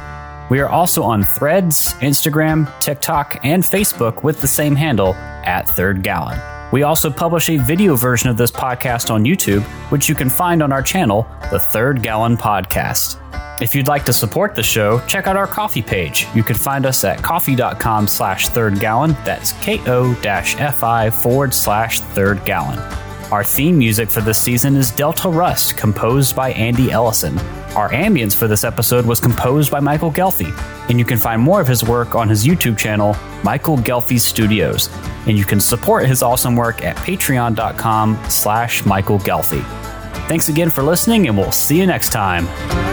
We are also on Threads, Instagram, TikTok, and Facebook with the same handle, at Third Gallon. We also publish a video version of this podcast on YouTube, which you can find on our channel, The Third Gallon Podcast.
If you'd like to support the show, check out our coffee page. You can find us at coffee.com slash third gallon. That's ko-fi forward slash third gallon. Our theme music for this season is Delta Rust, composed by Andy Ellison. Our ambience for this episode was composed by Michael Gelfie, and you can find more of his work on his YouTube channel, Michael Gelfie Studios. And you can support his awesome work at patreon.com slash Michael Gelfie. Thanks again for listening, and we'll see you next time.